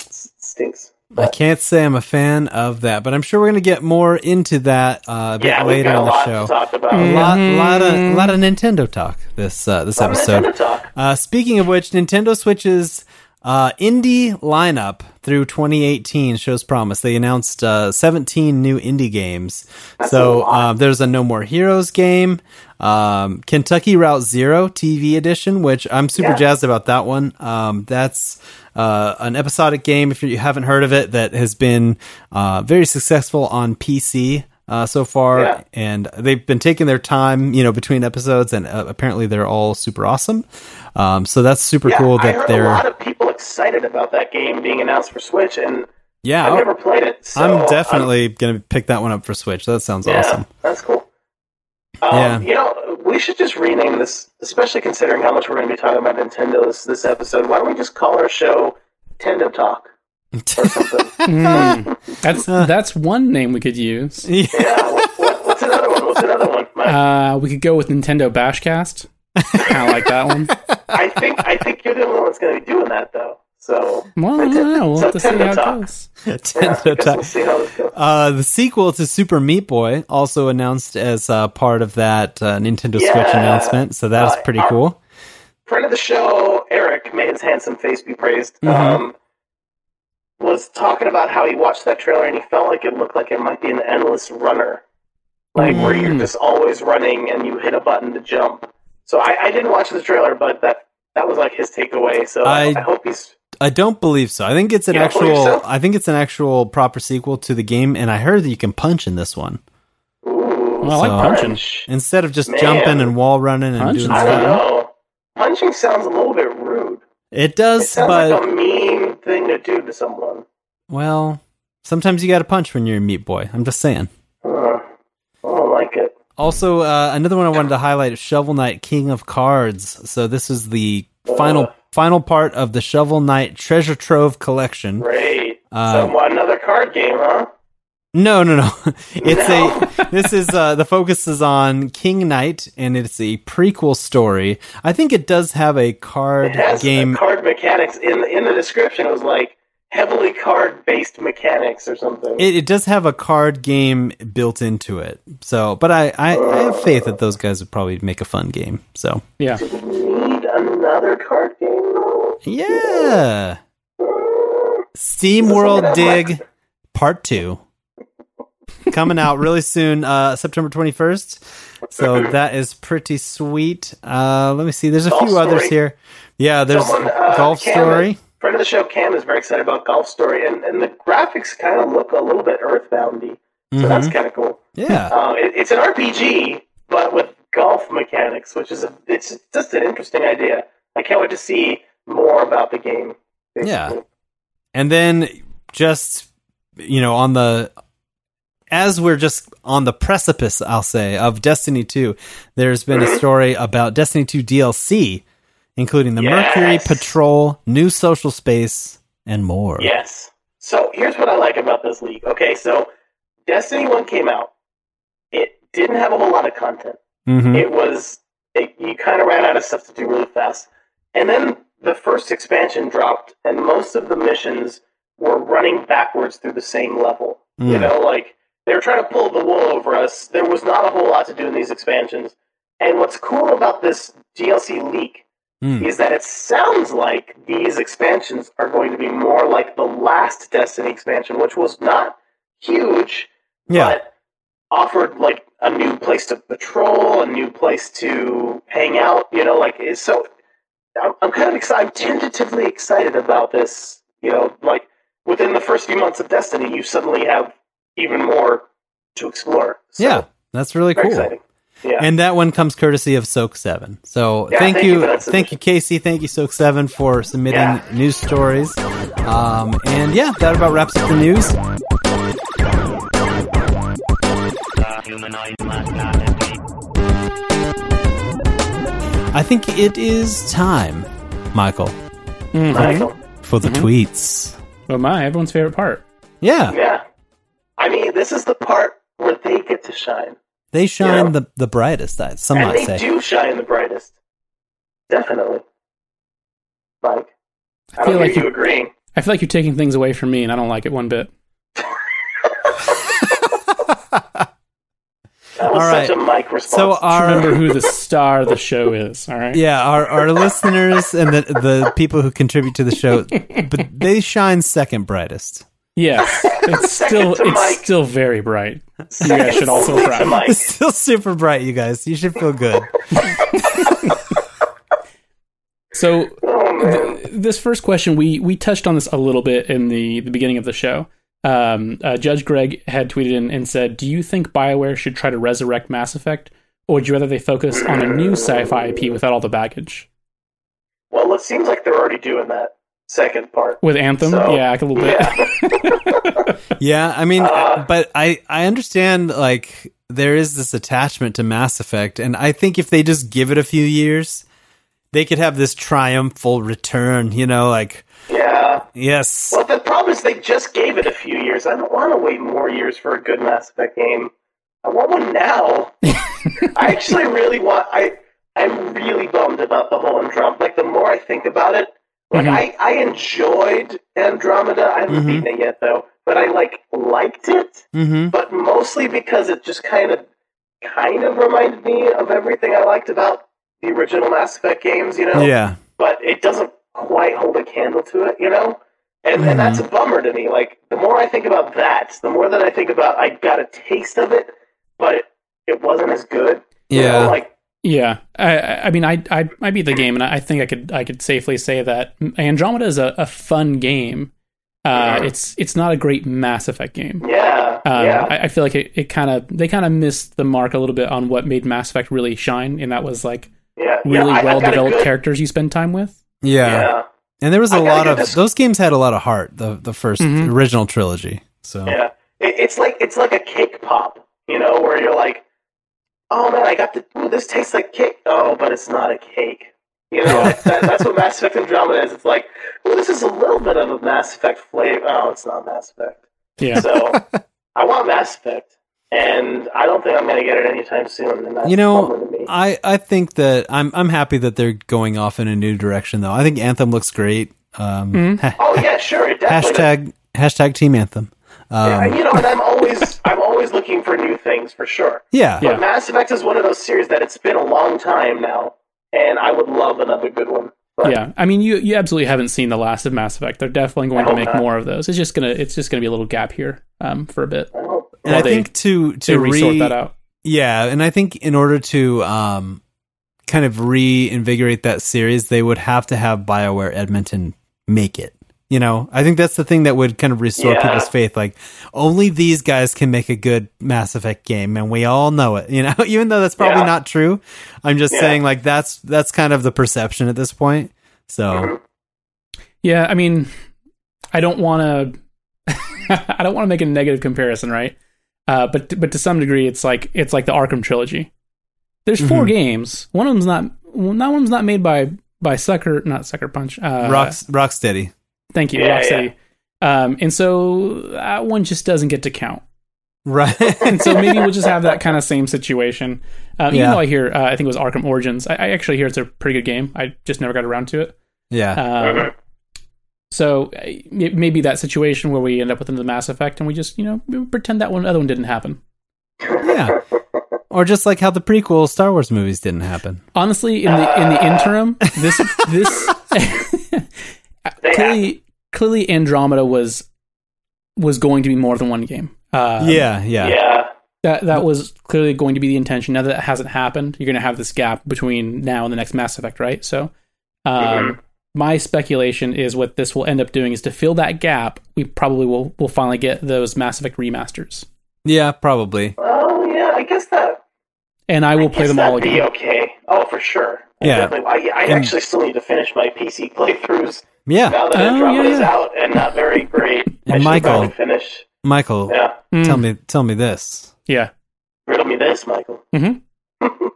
S3: S- stinks.
S1: I can't say I'm a fan of that, but I'm sure we're going to get more into that uh, a bit
S3: Yeah, we've
S1: later
S3: got a
S1: on the
S3: lot to
S1: show. Mm-hmm.
S3: talk about.
S1: A lot, lot of, lot of Nintendo talk this uh, this episode.
S3: Nintendo talk.
S1: Uh, speaking of which, Nintendo Switch's uh, indie lineup through 2018 shows promise. They announced uh, 17 new indie games. so uh, there's a No More Heroes game, um, Kentucky Route Zero TV edition, which I'm super jazzed about that one. Um, that's uh, an episodic game, if you haven't heard of it, that has been uh, very successful on PC. Uh, so far,
S3: Yeah.
S1: and they've been taking their time, you know, between episodes, and uh, apparently they're all super awesome. Um, so that's super
S3: Yeah,
S1: cool
S3: I
S1: that
S3: heard
S1: they're
S3: a lot of people excited about that game being announced for Switch, and
S1: yeah.
S2: Oh.
S3: I've
S1: I'll-
S3: never played it. So um,
S1: I'm definitely gonna pick that one up for Switch. That sounds
S3: yeah,
S1: awesome.
S3: That's cool. Um,
S1: Yeah.
S3: You know, we should just rename this, especially considering how much we're going to be talking about Nintendo this, this episode. Why don't we just call our show Nintendo Talk?
S2: That's that's one name we could use.
S3: Yeah. what- what- what's another one? What's another one? My-
S2: Uh, we could go with Nintendo Bashcast. kind of like that one.
S3: I think I think you're the only one that's going to be doing that though. So
S2: Well, I don't know. We'll
S3: So
S2: have to see
S3: Nintendo
S2: how it
S3: Talk.
S2: goes.
S3: yeah, I
S1: Nintendo
S3: guess
S1: Ti-
S3: we'll see how this goes.
S1: Uh, the sequel to Super Meat Boy also announced as uh, part of that uh, Nintendo Switch
S3: Yeah.
S1: announcement. So that's
S3: Uh,
S1: pretty
S3: our-
S1: cool.
S3: friend of the show, Eric, may his handsome face be praised,
S2: Mm-hmm.
S3: um, was talking about how he watched that trailer and he felt like it looked like it might be an endless runner. Like where
S2: Mm.
S3: you're just always running and you hit a button to jump. So I, I didn't watch the trailer, but that that was like his takeaway. So I,
S1: I-
S3: I hope he's
S1: I don't believe so. I think it's an
S3: You don't believe
S1: actual.
S3: so?
S1: I think it's an actual proper sequel to the game, and I heard that you can punch in this one
S3: ooh,
S2: Well, I like
S1: So-
S2: punching.
S3: punch.
S1: instead of just
S3: Man.
S1: jumping and wall running and
S2: Punching.
S1: doing
S3: I
S1: stuff.
S3: don't know. Punching sounds a little bit rude.
S1: It
S3: It
S1: does,
S3: sounds
S1: but
S3: like a mean thing to do to someone.
S1: well, sometimes you got to punch when you're a meat boy. I'm just saying.
S3: Uh, I don't like it.
S1: Also, uh, another one I wanted to highlight is Shovel Knight King of Cards. So this is the final final part of the Shovel Knight Treasure Trove collection.
S3: Great.
S1: Uh,
S3: so another card game, huh?
S1: No, no, no. It's a this is uh the focus is on King Knight and it's a prequel story. I think it does have a card
S3: It has
S1: game
S3: the card mechanics in in the description. It was like heavily card based mechanics or something.
S1: it, it does have a card game built into it. So, but I, I, I have faith that those guys would probably make a fun game. So,
S2: Yeah.
S3: Need another card game? though?
S1: yeah. Steam World Dig Part 2 coming out really soon, uh, September 21st. So that is pretty sweet. Uh, let me see. There's a
S3: Golf
S1: few others
S3: Story.
S1: here. Yeah, there's
S3: Someone, uh,
S1: Golf
S3: Cam,
S1: Story.
S3: Friend of the show, Cam is very excited about Golf Story, and, and the graphics kind of look a little bit Earthboundy, so that's kind of cool.
S1: Mm-hmm. Yeah.
S3: Um, it, it's an RPG, but with golf mechanics, which is a, it's just an interesting idea. I can't wait to see more about the game.
S1: Yeah. And then just you know, on the as we're just on the precipice, I'll say, of Destiny 2, there's been
S3: Mm-hmm.
S1: a story about Destiny 2 DLC, including the Mercury
S3: Yes.
S1: Patrol, new social space, and more.
S3: Yes. So here's what I like about this league. Okay, so Destiny 1 came out. It didn't have a whole lot of content.
S1: hmm
S3: It was, it, you kind of ran out of stuff to do really fast. And then the first expansion dropped, and most of the missions were running backwards through the same level. You
S1: Mm.
S3: know, like they were trying to pull the wool over us. There was not a whole lot to do in these expansions. And what's cool about this DLC leak
S1: Mm.
S3: is that it sounds like these expansions are going to be more like the last Destiny expansion, which was not huge,
S1: Yeah.
S3: but offered like a new place to patrol, a new place to hang out. You know, like it's so. I'm, I'm kind of excited. I'm tentatively excited about this. You know, like within the first few months of Destiny, you suddenly have even more to explore. So,
S1: yeah. That's really
S3: very
S1: cool.
S3: exciting. Yeah.
S1: And that one comes courtesy of Soak Seven. So
S3: Yeah,
S1: thank,
S3: thank you
S1: you,
S3: for that
S1: thank you,
S3: submission.
S1: Casey. Thank you, Soak Seven, for submitting
S3: Yeah.
S1: news stories. Um, and yeah, that about wraps up the news. I think it is time, Michael, Mhm.
S3: Michael.
S1: for the tweets.
S2: Oh my, everyone's favorite part.
S1: Yeah,
S3: Mm-hmm. Yeah. I mean, this is the part where they get to shine.
S1: they shine
S3: Yeah.
S1: the the brightest. I Some
S3: and
S1: might
S3: they
S1: say.
S3: do shine the brightest. Definitely. Mike. I,
S2: feel
S3: don't
S2: like
S3: hear
S2: you-
S3: you agreeing.
S2: I feel like you're taking things away from me, and I don't like it one bit.
S3: That was
S1: All right.
S3: such a Mike response.
S1: So
S2: Just
S1: our
S2: Remember who the star of the show is. All right.
S1: yeah our, our listeners and the the people who contribute to the show but they shine second brightest
S2: Yes. It's still
S3: to
S2: it's
S3: Mike.
S2: still very bright. You guys should all feel
S3: Only to
S2: proud.
S3: Mike.
S1: it's still super bright you guys you should feel good
S2: So
S3: Oh, man.
S2: this first question we we touched on this a little bit in the the beginning of the show. Um, uh, Judge Greg had tweeted in and said, "Do you think Bioware should try to resurrect Mass Effect, or would you rather they focus on a new sci-fi IP without all the baggage
S3: Well, it seems like they're already doing that second part.
S2: with Anthem?
S3: So-
S2: yeah, like a little bit.
S3: Yeah.
S1: yeah i mean
S3: Uh.
S1: but i i understand like there is this attachment to mass effect and i think if they just give it a few years they could have this triumphal return you know like
S3: yeah.
S1: yes
S3: Well, the problem is they just gave it a few years. I don't want to wait more years for a good Mass Effect game. I want one now. I actually really want. I I'm really bummed about the whole Andromeda. Like the more I think about it, like
S2: Mhm.
S3: I I enjoyed Andromeda. I haven't
S1: Mhm.
S3: beaten it yet though, but I like liked it.
S1: mm-hmm
S3: But mostly because it just kind of kind of reminded me of everything I liked about the original Mass Effect games. You know
S1: yeah
S3: but it doesn't quite hold a candle to it, you know? And, and that's
S2: Mm-hmm.
S3: a bummer to me. Like, the more I think about that, the more that I think about I got a taste of it, but it, it wasn't as good. You know,
S1: yeah
S3: Like,
S2: Yeah, I- I, I mean, I, I, I beat the game, and I I think I could, I could safely say that Andromeda is a, a fun game. Uh,
S3: Yeah.
S2: It's, it's not a great Mass Effect game.
S3: yeah,
S2: Um,
S3: yeah.
S2: I, I feel like it, it kind of, they kind of missed the mark a little bit on what made Mass Effect really shine, and that was like
S3: yeah,
S2: really
S3: yeah, I- I've got a
S2: well developed
S3: good-
S2: characters you spend time with.
S1: yeah,
S3: Yeah,
S1: and there was a
S3: I gotta
S1: lot
S3: get
S1: of
S3: this- Mm-hmm.
S1: those games had a lot of heart the the 1st
S2: Mhm.
S1: original trilogy so
S3: yeah. It, it's like it's like a cake pop, you know, where you're like, oh man, I got the ooh, this tastes like cake. Oh, but it's not a cake. You know, that, that's what Mass Effect Andromeda is. It's like, well, this is a little bit of a Mass Effect flavor. Oh, it's not Mass Effect.
S2: Yeah,
S3: So I want Mass Effect, and I don't think I'm going to get it anytime soon. And that's
S1: You know,
S3: bummer to me.
S1: I, I think that I'm I'm happy that they're going off in a new direction though. I think Anthem looks great. Um,
S2: Mhm.
S1: ha-
S3: oh yeah, sure, it definitely.
S1: hashtag hashtag Team Anthem.
S3: Yeah,
S1: Um,
S3: you know, and I'm always I'm always looking for new things for sure.
S1: yeah,
S2: Yeah.
S3: But Mass Effect is one of those series that it's been a long time now, and I would love another good one. But
S2: yeah. I mean, you, you absolutely haven't seen the last of Mass Effect. They're definitely going to make more of those. It's just gonna, it's just gonna be a little gap here, um, for a bit
S3: I don't-
S1: and I
S2: Well, they-
S1: think to
S2: to
S1: to
S2: resort
S1: re
S2: that out.
S1: yeah, and I think in order to um, kind of reinvigorate that series, they would have to have Bioware Edmonton make it. You know, I think that's the thing that would kind of restore
S3: Yeah.
S1: people's faith. Like, only these guys can make a good Mass Effect game, and we all know it. You know, even though that's probably
S3: Yeah.
S1: not true, I'm just
S3: Yeah.
S1: saying like that's that's kind of the perception at this point. So
S3: Uh-huh.
S2: Yeah, I mean, I don't want to. I don't want to make a negative comparison, right? Uh, but but to some degree, it's like it's like the Arkham trilogy. There's 4
S1: Mhm.
S2: games. One of them's not. Well, not one of them's not made by by Sucker, not Sucker Punch. Uh,
S1: rock Rocksteady,
S2: Thank you,
S3: Yeah,
S2: Rocksteady. Um, and so that one just doesn't get to count.
S1: right?
S2: And so maybe we'll just have that kind of same situation. Um, Even
S1: Yeah.
S2: though I hear, uh, I think it was Arkham Origins. I, I actually hear it's a pretty good game. I just never got around to it.
S1: yeah,
S2: Um,
S3: Mhm.
S2: so uh, it may be that situation where we end up with another Mass Effect, and we just you know pretend that one other one didn't happen. Uh-huh.
S1: yeah. Or just like how the prequel Star Wars movies didn't happen.
S2: Honestly, in the in
S3: Uh,
S2: the interim, this this
S3: they have-
S2: clearly clearly Andromeda was was going to be more than one game. Uh,
S1: yeah, yeah,
S3: yeah,
S2: that that was clearly going to be the intention. Now that it hasn't happened, you're going to have this gap between now and the next Mass Effect, right? So, um,
S3: Mm-hmm.
S2: my speculation is what this will end up doing is to fill that gap. We probably will will finally get those Mass Effect remasters.
S1: yeah, probably.
S3: oh yeah, I guess that
S2: and I will play
S3: Yes,
S2: them all
S3: that'd
S2: again.
S3: Be okay. Oh, for sure. I
S1: Yeah.
S3: definitely- I, I
S1: And-
S3: actually still need to finish my PC playthroughs
S1: Yeah,
S3: now that
S2: Oh,
S3: Andromeda is
S2: yeah.
S3: out and not very great. I
S1: And
S3: should
S1: Michael-
S3: probably finish.
S1: Michael,
S3: Yeah,
S2: Mm,
S1: tell me, tell me this:
S2: yeah.
S3: riddle me this, Michael.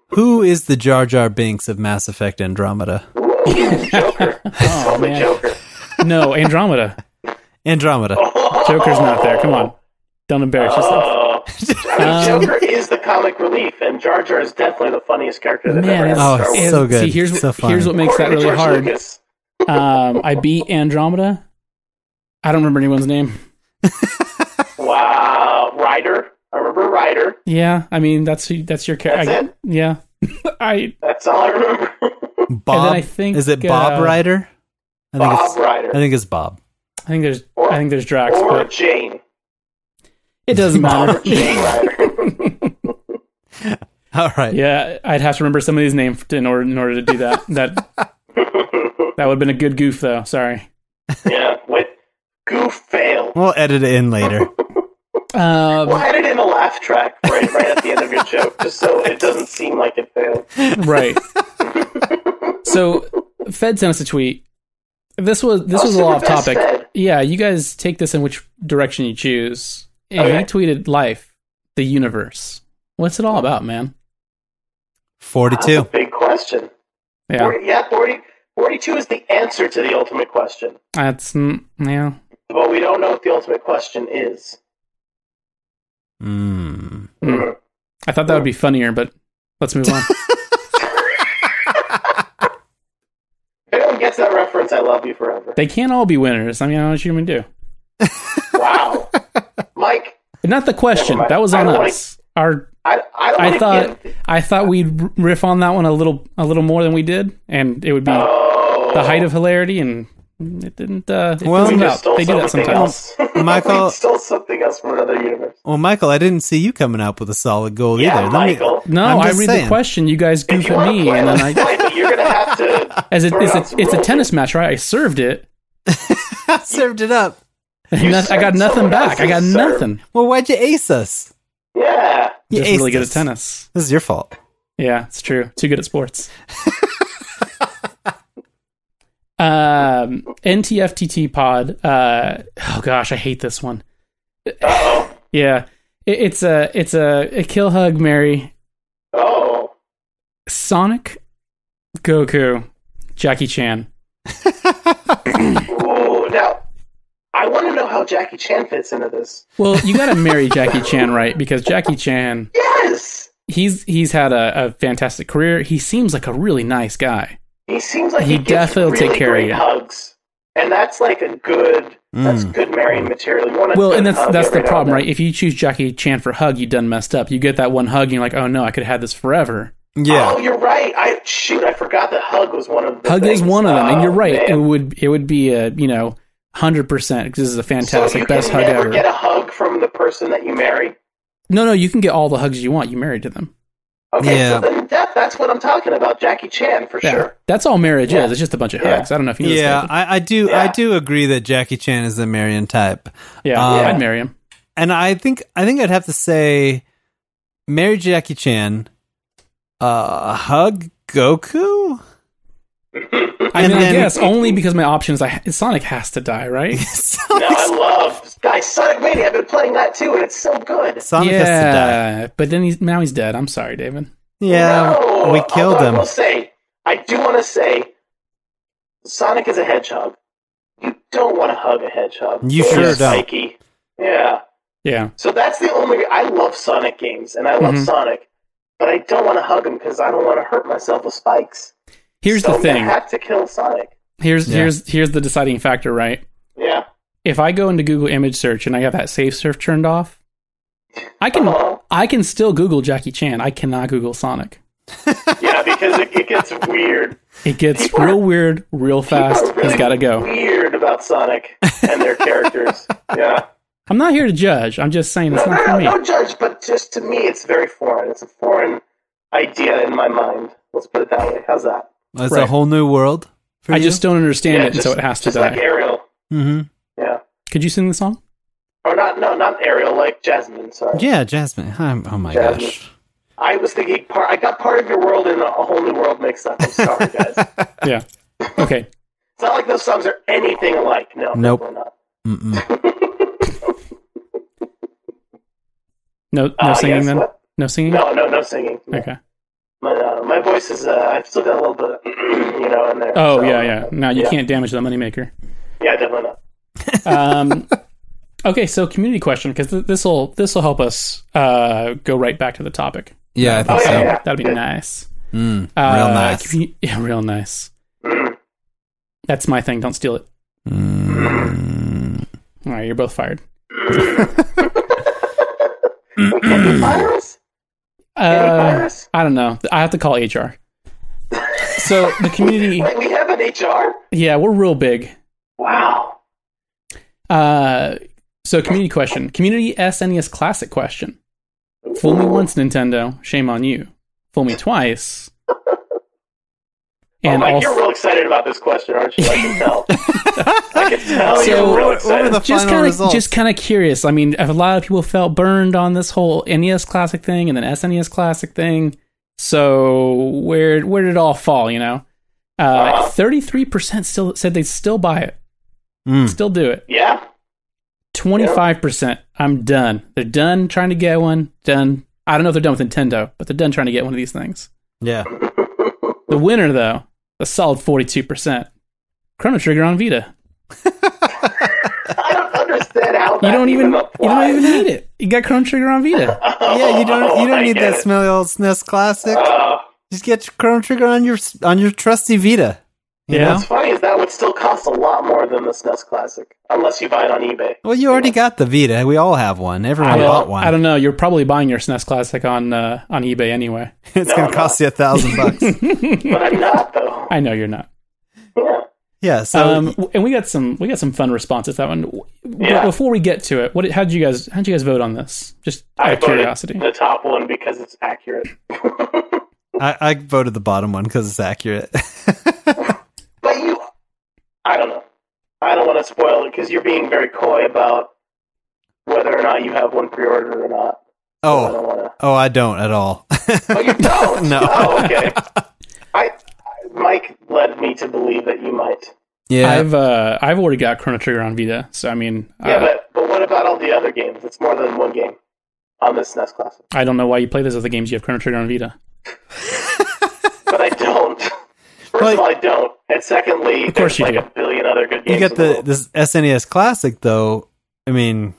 S1: Who is the Jar Jar Binks of Mass Effect Andromeda?
S3: Ooh, Joker.
S2: Oh,
S3: Call me
S2: man.
S3: Joker.
S2: No, Andromeda.
S1: Andromeda.
S2: Joker's not there. Come on, don't embarrass yourself.
S3: Oh.
S2: Um,
S3: I mean, Joker is the comic relief, and Jar Jar is definitely the funniest character that
S2: Man,
S3: ever
S2: it's-
S3: had.
S1: Oh,
S3: Star Wars.
S1: it's so good.
S2: See, here's
S1: So
S2: here's
S1: funny.
S2: what makes that
S3: According to
S2: really
S3: George
S2: hard.
S3: Lucas.
S2: Um, I beat Andromeda. I don't remember anyone's name.
S3: Wow, Ryder. I remember Ryder.
S2: Yeah, I mean that's who- that's your
S3: That's
S2: character.
S3: it?
S2: Yeah, I
S3: That's all I remember.
S1: Bob.
S2: I think,
S1: is it Bob
S2: uh,
S1: Ryder? I think
S3: Bob
S1: it's.
S3: Ryder.
S1: I think it's Bob.
S2: I think there's I think there's Drax,
S3: or
S2: but
S3: Jane.
S2: it doesn't
S3: Or
S2: matter.
S3: Jane Ryder.
S1: All right.
S2: yeah, I'd have to remember somebody's name f- in order in order to do that. That that would have been a good goof though. Sorry.
S3: yeah, with goof fail.
S1: We'll edit it in later.
S3: Well,
S2: Um,
S3: edit in a laugh track right, right at the end of your joke, just so it doesn't seem like it failed.
S2: right. So, Fed sent us a tweet. This was this
S3: Oh,
S2: was a little off
S3: Superfest
S2: topic.
S3: Fed.
S2: Yeah, you guys take this in which direction you choose. And
S3: Okay.
S2: he tweeted, "Life, the universe. What's it all about, man?"
S3: That's a
S1: Forty-two.
S3: big question.
S2: Yeah,
S3: 40, yeah, 40, 42 is the answer to the ultimate question.
S2: that's mm, yeah.
S3: But we don't know what the ultimate question is.
S1: Mm.
S2: Mm. I thought that would be funnier, but let's move on.
S3: If anyone gets that reference, I love you forever.
S2: they can't all be winners. I mean, what you gonna do?
S3: Wow. Mike,
S2: Not the question.
S3: Never mind.
S2: That was
S3: I
S2: on
S3: don't like-
S2: us. Our
S3: I, I don't
S2: I
S3: wanna
S2: thought
S3: give-
S2: I thought we'd riff on that one a little a little more than we did, and it would be
S3: Oh.
S2: the height of hilarity, and it didn't. Uh, it
S1: Well,
S2: doesn't
S3: We
S2: out.
S3: just stole
S2: They do that
S3: something
S2: sometimes.
S3: else.
S1: Michael-
S3: we stole something else from another universe.
S1: Well, Michael, I didn't see you coming up with a solid goal
S3: Yeah,
S1: either. Let me-
S3: Michael.
S2: No,
S1: I'm
S2: I
S1: just
S2: read
S1: saying.
S2: the question. You guys
S3: If
S2: goof
S3: you
S2: at
S3: want to
S2: me,
S3: play,
S2: and then
S3: let's
S2: I
S3: play, but you're gonna have to.
S2: as it,
S3: throw
S2: it's
S3: out
S2: a
S3: some
S2: it's a
S3: rules.
S2: tennis match, right? I served it.
S1: served it up.
S2: And noth- I got
S3: served
S2: nothing
S3: someone
S2: back. I got
S3: else's serve.
S2: nothing.
S1: Well, why'd you ace us?
S3: Yeah.
S1: You
S2: Just
S1: aced
S2: really good at
S1: us.
S2: tennis.
S1: This is your fault.
S2: Yeah, it's true. Too good at sports. um, NTFTT pod. Uh, oh gosh, I hate this one. yeah, It- it's a it's a, a kill hug Mary
S3: Oh.
S2: Sonic, Goku, Jackie Chan.
S3: Ooh. Now, I want to know how Jackie Chan fits into this.
S2: Well, you got to marry Jackie Chan, right? Because Jackie Chan,
S3: Yes.
S2: he's he's had a, a fantastic career. He seems like a really nice guy.
S3: He seems like
S2: He
S3: he, gives
S2: definitely will
S3: really
S2: take care of
S3: great
S2: you.
S3: hugs, and that's like a good. That's good marrying material. You want a
S2: Mm. Well,
S3: good
S2: and that's
S3: hug
S2: that's the
S3: every now
S2: problem,
S3: and
S2: right?
S3: then.
S2: If you choose Jackie Chan for hug, you done messed up. You get that one hug, and you're like, oh no, I could have had this forever.
S3: Oh,
S1: Yeah.
S3: you're right. I shoot. I forgot that hug was one of the
S2: Hug is
S3: things.
S2: one of them, and you're
S3: Oh,
S2: right.
S3: man.
S2: It would it would be a you know hundred percent. This is a
S3: So
S2: fantastic
S3: you
S2: best
S3: can
S2: hug
S3: never
S2: ever.
S3: get a hug from the person that you marry.
S2: no, no, you can get all the hugs you want. You married to them.
S3: Okay,
S1: Yeah.
S3: so then that, that's what I'm talking about. Jackie Chan for
S2: Yeah,
S3: sure.
S2: that's all marriage
S3: Yeah.
S2: is. It's just a bunch of
S3: Yeah.
S2: hugs. I don't know if you know this,
S1: Yeah,
S2: David.
S1: I, I do. I
S3: Yeah.
S1: do agree that Jackie Chan is the Marion type,
S2: yeah,
S1: Um,
S2: I'd marry him.
S1: and I think I think I'd have to say, marry Jackie Chan, uh, hug Goku.
S2: I
S1: and
S2: mean, I
S1: then-
S2: guess only because my option is I, Sonic has to die, right?
S1: Sonic,
S3: No, I love guys. Sonic Mania. I've been playing that too, and it's so good.
S1: Sonic
S2: yeah,
S1: has to die.
S2: but then he's now he's dead. I'm sorry, David.
S1: Yeah,
S3: No,
S1: we killed
S3: although I
S1: him.
S3: will say, I do want to say, Sonic is a hedgehog. You don't want to hug a hedgehog.
S1: You
S3: Or
S1: sure
S3: a
S1: don't.
S3: Psyche. Yeah.
S2: Yeah,
S3: So that's the only. I love Sonic games, and I love
S1: Mm-hmm.
S2: Mhm.
S3: Sonic, but I don't want to hug him because I don't want to hurt myself with spikes.
S2: here's
S3: So
S2: the
S3: I'm gonna
S2: thing.
S3: have to kill Sonic.
S2: Here's
S1: Yeah.
S2: here's here's the deciding factor, right?
S3: Yeah.
S2: If I go into Google image search and I got that safe surf turned off, I
S1: Hmm.
S2: can
S3: Uh-huh.
S2: I can still Google Jackie Chan. I cannot Google Sonic.
S3: Yeah, because it, it gets weird.
S2: It gets
S3: People are-
S2: real weird, real fast.
S3: People are
S2: It's
S3: really
S2: got to go.
S3: Weird about Sonic and their characters. Yeah.
S2: I'm not here to judge. I'm just saying it's
S3: No,
S2: not
S3: no,
S2: for me.
S3: no judge, but just to me, it's very foreign. It's a foreign idea in my mind. Let's put it that way. How's that?
S1: That's a
S2: Right.
S1: whole new world. For
S2: I
S1: you?
S2: just don't understand
S3: Yeah,
S2: it, and so it has to
S3: just
S2: die.
S3: like Ariel.
S1: Mhm.
S3: Yeah.
S2: Could you sing the song?
S3: Or not? No, not Ariel. Like Jasmine. Sorry.
S1: Yeah, Jasmine. I'm, oh my
S3: Jasmine.
S1: gosh.
S3: I was thinking part. I got part of your world and a whole new world mixed up. I'm sorry, guys. it's
S2: Yeah. Okay.
S3: not like those songs are anything alike. No,
S1: Nope.
S3: definitely not.
S1: Mm-mm.
S2: No, no
S3: Ah,
S2: singing
S3: yes,
S2: then.
S3: what?
S2: No singing.
S3: No, no, no singing. No.
S2: Okay.
S3: My uh, my voice is. Uh, I've still got a little bit, of, you know, in there.
S2: Oh
S3: so,
S2: yeah, yeah.
S3: uh,
S2: No, you
S3: yeah.
S2: can't damage the moneymaker.
S3: Yeah, definitely not.
S2: Um, okay, so community question because th- this will this will help us uh, go right back to the topic.
S1: Yeah, I
S3: Oh
S1: think
S3: yeah,
S1: so.
S3: yeah.
S2: That'd be nice.
S1: Mm, real
S2: Uh,
S1: nice.
S2: commu- yeah, real nice.
S3: Mm.
S2: That's my thing. Don't steal it.
S1: Mm.
S2: All right, you're both fired.
S3: We can't do virus. Any
S2: Uh,
S3: virus?
S2: I don't know. I have to call HR. So the community,
S3: Wait, we have an HR.
S2: yeah, we're real big.
S3: Wow.
S2: Uh, so community question, community SNES classic question. Fool me once, Nintendo. Shame on you. Fool me twice.
S3: oh,
S2: And
S3: Mike,
S2: also,
S3: you're real excited about this question, aren't you? I can tell. I can tell
S2: So,
S3: you're real
S1: what- what were
S3: excited.
S1: the
S2: just
S1: final
S2: kind of
S1: results.
S2: just kind of curious. I mean, a lot of people felt burned on this whole NES classic thing and then SNES classic thing. So where where did it all fall? You know, thirty three percent still said they'd still buy it,
S1: Mm.
S2: still do it.
S3: yeah.
S2: Twenty five percent. I'm done. They're done trying to get one. Done. I don't know if they're done with Nintendo, but they're done trying to get one of these things.
S1: Yeah.
S2: The winner though, a solid forty two percent. Chrono Trigger on Vita.
S3: I don't understand how
S2: You
S3: that
S2: don't even you
S3: applies.
S2: don't even need it. You got Chrono Trigger on Vita.
S1: Yeah, you don't
S3: Oh,
S1: you don't
S3: I
S1: need
S3: get
S1: that
S3: it.
S1: smelly old SNES classic.
S3: Uh,
S1: Just get your Chrono Trigger on your on your trusty Vita. You
S2: Yeah.
S1: know?
S3: what's funny is that would still cost a lot more than the SNES Classic, unless you buy it on eBay.
S1: Well, you already got the Vita. We all have one. Everyone
S2: Well,
S1: bought one.
S2: I don't know. You're probably buying your SNES Classic on uh, on eBay anyway.
S1: it's
S3: No,
S1: going
S3: I'm
S1: to cost you a thousand bucks.
S3: But I'm not though.
S2: I know you're not.
S3: Yeah.
S1: Yeah. So
S2: Um, w- and we got some we got some fun responses to that one. W-
S3: Yeah.
S2: But before we get to it, what how did you guys how did you guys vote on this? Just out
S3: I
S2: of
S3: voted
S2: curiosity.
S3: The top one because it's accurate. but
S1: I, I voted the bottom one because it's accurate.
S3: you, I don't know. I don't want to spoil it because you're being very coy about whether or not you have one pre-ordered or not. I
S1: oh,
S3: don't want to.
S1: oh, I don't at all.
S3: Oh, you don't?
S1: No.
S3: Oh, okay. I, I- Mike led me to believe that you might.
S1: yeah.
S2: I've uh, I've already got Chrono Trigger on Vita, so I mean,
S3: Yeah,
S2: uh,
S3: but, but what about all the other games? It's more than one game on this NES Classic.
S2: I don't know why you play those other games. You have Chrono Trigger on Vita.
S3: But I don't. First
S1: Well,
S3: of all, I don't. And secondly, of
S2: course
S3: course
S2: you
S3: there's like
S2: do.
S3: a billion other good games.
S1: you got
S3: in
S1: the
S3: world.
S1: this SNES classic though. I mean,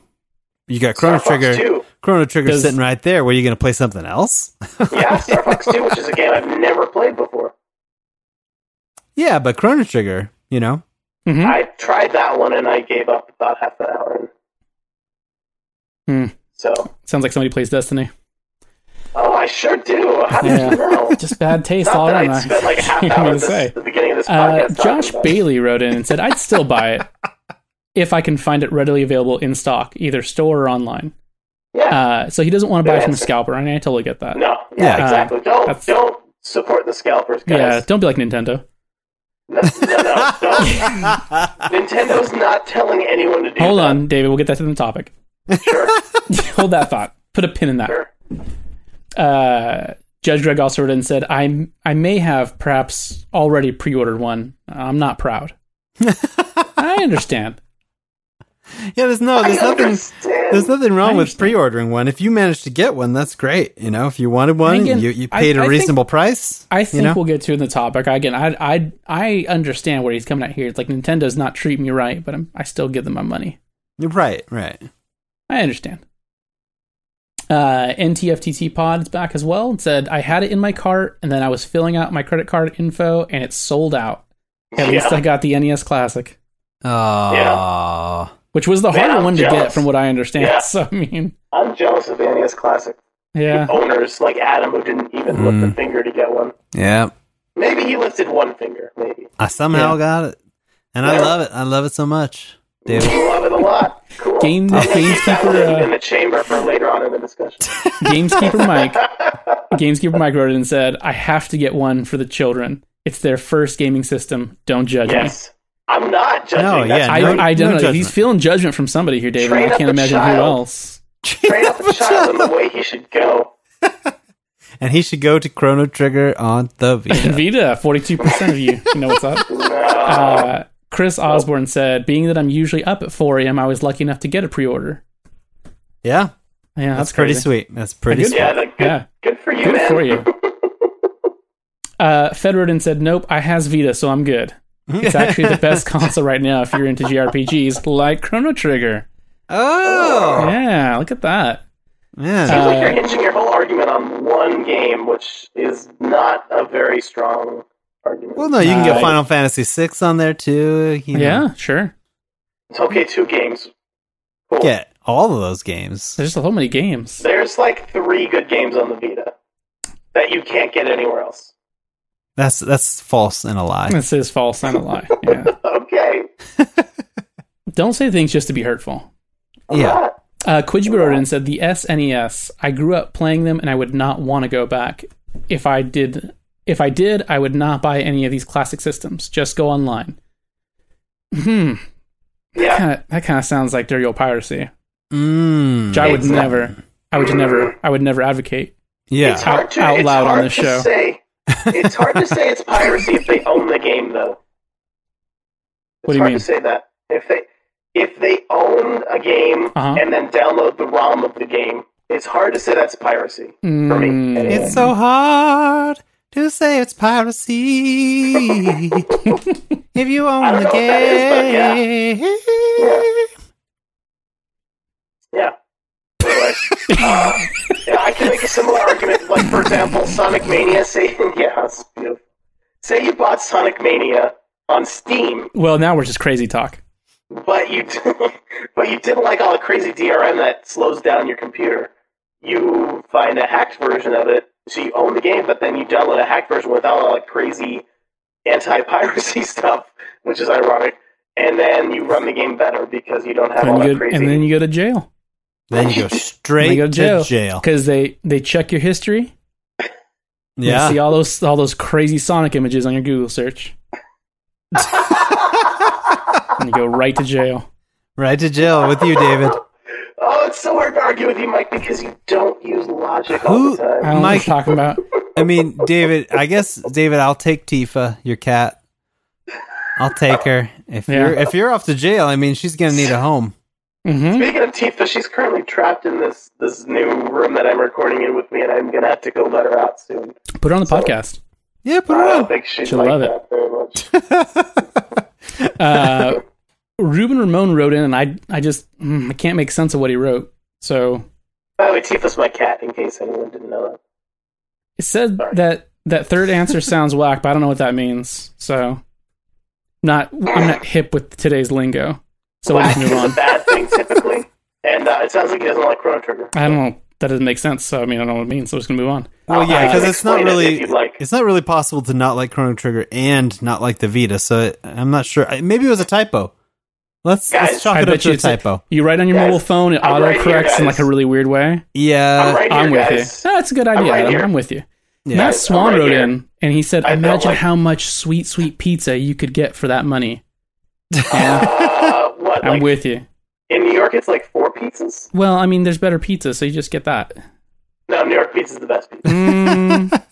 S1: you got Chrono
S3: Star Fox
S1: Trigger.
S3: 2.
S1: Chrono Trigger
S2: Does-
S1: sitting right there. Were you going to play something else?
S3: Yeah, Star Fox 2, which is a game I've never played before.
S1: yeah, but Chrono Trigger, you know.
S2: hmm
S3: I tried that one and I gave up about half an hour in.
S2: Hmm.
S3: So,
S2: Sounds like somebody plays Destiny.
S3: oh, I sure do. How did
S2: Yeah.
S3: you know?
S2: Just bad taste
S3: Not
S2: all
S3: that
S2: around.
S3: I spent like half
S2: I'm
S3: an
S2: gonna
S3: hour at
S2: say.
S3: this, the beginning of this
S2: Uh,
S3: podcast. talking
S2: Josh
S3: about it.
S2: Bailey wrote in and said, I'd still buy it if I can find it readily available in stock, either store or online.
S3: Yeah.
S2: Uh, so he doesn't want to buy it from a
S3: Yes.
S2: scalper, and I totally get that.
S3: no.
S1: yeah,
S3: Yeah. Exactly.
S2: Uh, that's-
S3: Don't don't support the scalpers, guys.
S2: yeah, don't be like Nintendo.
S3: No, no, no, don't. Nintendo's not telling anyone to do
S2: Hold
S3: that.
S2: on, David, we'll get that to the topic. Hold that thought. Put a pin in that.
S3: Sure.
S2: Uh, Judge Greg also wrote in and said, I, I may have perhaps already pre ordered one. I'm not proud. I understand.
S1: Yeah, there's no, there's
S3: I
S1: nothing.
S3: understand.
S1: There's nothing
S2: I
S1: wrong with
S2: understand.
S1: pre-ordering one. If you managed to get one, that's great. You know, if you wanted one,
S2: again,
S1: you, you
S2: I-
S1: paid a
S2: I think-
S1: reasonable price.
S2: I think
S1: know?
S2: we'll get to in the topic again. I I I understand where he's coming at here. It's like Nintendo's not treating me right, but I'm, I still give them my money.
S1: Right, right.
S2: I understand. Uh, NTFTT Pod is back as well and said I had it in my cart and then I was filling out my credit card info and it sold out. At
S3: Yeah.
S2: least I got the NES Classic,
S1: Oh,
S2: which was the
S3: Man,
S2: harder
S3: I'm
S2: one to get,
S3: jealous.
S2: from what I understand.
S3: Yeah.
S2: So I mean,
S3: I'm jealous of the NES Classic
S2: yeah,
S3: owners like Adam, who didn't even lift
S2: Mm.
S3: a finger to get one.
S1: yeah.
S3: Maybe he lifted one finger. Maybe
S1: I somehow got it, and I
S3: Yeah.
S1: love it. I love it so much, David.
S3: you love it a lot. Cool.
S2: Game-
S3: I'll leave that one
S2: Gamekeeper,
S3: in-
S2: uh,
S3: in the chamber for later on in the discussion.
S2: Gameskeeper Mike, Gameskeeper Mike wrote it and said I have to get one for the children. It's their first gaming system. Don't judge me.
S3: yes, I'm not judging.
S1: No,
S3: That's
S1: yeah,
S2: I,
S1: no-
S2: I don't
S1: no
S2: know.
S1: judgment.
S2: He's feeling judgment from somebody here, David.
S3: Train
S2: and I
S3: up
S2: can't
S3: a
S2: imagine who
S3: child.
S2: else.
S3: train up a child in the way he should go.
S1: and he should go to Chrono Trigger on the Vita.
S2: Vita, forty-two percent of you know what's up. Uh, Chris Osborne said, "Being that I'm usually up at 4 a.m., I was lucky enough to get a pre-order.
S1: yeah,
S2: Yeah,
S1: that's,
S2: that's,
S1: pretty
S2: crazy.
S1: sweet. That's pretty
S2: good
S1: sweet.
S3: yeah, that, good,
S2: Yeah.
S3: good for you,
S2: Good
S3: man.
S2: for you. Uh, Federden said, "Nope, I has Vita, so I'm good. It's actually the best console right now if you're into JRPGs like Chrono Trigger.
S1: Oh,
S2: Yeah, look at that.
S1: yeah.
S3: Seems like
S2: Uh,
S3: you're hinging your whole argument on one game, which is not a very strong argument.
S1: Well, no, you can get
S2: Nice.
S1: Final Fantasy VI on there too. You know.
S2: Yeah, sure.
S3: it's okay, two games. Cool.
S1: get all of those games.
S2: There's just so many games.
S3: There's like three good games on the Vita that you can't get anywhere else.
S1: That's that's false and a lie.
S2: This is false and a lie. Yeah.
S3: Okay.
S2: Don't say things just to be hurtful.
S3: I'm
S1: Yeah.
S3: not.
S2: Uh, Quijibirodin said the SNES. I grew up playing them, and I would not want to go back. If I did, if I did, I would not buy any of these classic systems. Just go online. Hmm.
S3: Yeah.
S2: Kinda, that kind of sounds like dirty old piracy,
S1: Mm.
S2: which I would
S3: Exactly.
S2: never, I would never, I would never advocate.
S3: It's
S1: Yeah,
S3: hard to,
S2: Out- out
S3: it's
S2: loud on
S3: hard
S2: this
S3: to
S2: show.
S3: Say, it's hard to say it's piracy if they own the game, though. It's
S2: What do you
S3: hard
S2: mean?
S3: to say that if they if they own a game
S2: Uh-huh.
S3: and then download the ROM of the game, it's hard to say that's piracy for
S2: Mm.
S3: me. anyway.
S1: it's so hard to say it's piracy if you
S3: I
S1: own
S3: don't
S1: the
S3: know what that is, but yeah.
S1: game.
S3: Yeah. Anyway, uh, yeah, I can make a similar argument, like for example, Sonic Mania. Say, yeah, it's beautiful. say you bought Sonic Mania on Steam,
S2: Well, now we're just crazy talk.
S3: but you but you didn't like all the crazy DRM that slows down your computer. You find a hacked version of it, so you own the game, but then you download a hacked version without all that crazy anti-piracy stuff, which is ironic. And then you run the game better because you don't have all
S2: And,
S3: that
S2: you go,
S3: crazy.
S2: and then you go to jail
S1: Then you go
S2: Then
S1: straight
S2: you go to jail.
S1: jail.
S2: because they they check your history. and they see
S1: Yeah,
S2: all those all those crazy Sonic images on your Google search. and you go right to jail.
S1: right to jail with you, David.
S3: Oh, it's so hard to argue with you, Mike, because you don't use logic all
S1: Who?
S3: the time.
S2: I don't know what
S1: Mike-
S2: you're talking about.
S1: I mean, David. I guess David. I'll take Tifa, your cat. I'll take her if
S2: Yeah.
S1: you're if you're off to jail. I mean, she's gonna need a home.
S2: hmm
S3: Speaking of Tifa, she's currently trapped in this this new room that I'm recording in with me, and I'm gonna have to go let her out soon.
S2: Put it on the podcast.
S1: Yeah, put
S3: I
S1: her
S3: don't
S1: on.
S3: think she'd
S2: She'll
S3: like
S2: love it.
S3: that very much.
S2: Uh, Ruben Ramon wrote in, and I I just mm, I can't make sense of what he wrote. So
S3: By the way, Tifa's my cat, in case anyone didn't know that.
S2: it said
S3: Sorry.
S2: that that third answer sounds whack, but I don't know what that means. So not I'm not hip with today's lingo. So we'll
S3: Black
S2: just
S3: is
S2: move
S3: a
S2: on.
S3: bad thing typically, and uh, it sounds like he doesn't like Chrono Trigger.
S2: I don't know. That doesn't make sense. So I mean, I don't know what it means. So we're just gonna move on.
S1: Well, yeah,
S3: I can
S1: because it's not
S3: Uh, explain it if
S1: really
S3: you'd like.
S1: it's not really possible to not like Chrono Trigger and not like the Vita. So it, I'm not sure. I- Maybe it was a typo. Let's let's
S3: Guys,
S1: chalk
S2: I
S1: it up
S2: bet
S1: to
S2: you
S1: a
S2: it's a-
S1: typo.
S2: You write on your
S3: Guys,
S2: mobile phone, it
S3: I'm
S2: auto
S3: right here,
S2: corrects in
S3: guys.
S2: like a really weird way.
S1: yeah,
S3: I'm right here,
S2: I'm with
S3: guys.
S2: you. No, that's a good idea.
S3: right
S2: I'm,
S3: here.
S2: I'm with you.
S1: yeah.
S2: Matt Swan
S3: right
S2: wrote
S3: here.
S2: in and he said,
S3: I felt
S2: "Imagine
S3: like-
S2: how much sweet, sweet pizza you could get for that money."
S3: Uh, what?
S2: I'm
S3: Like,
S2: with you.
S3: in New York, it's like four pizzas.
S2: Well, I mean, there's better pizza, so you just get that.
S3: No, New York pizza's the best pizza.
S2: Mm,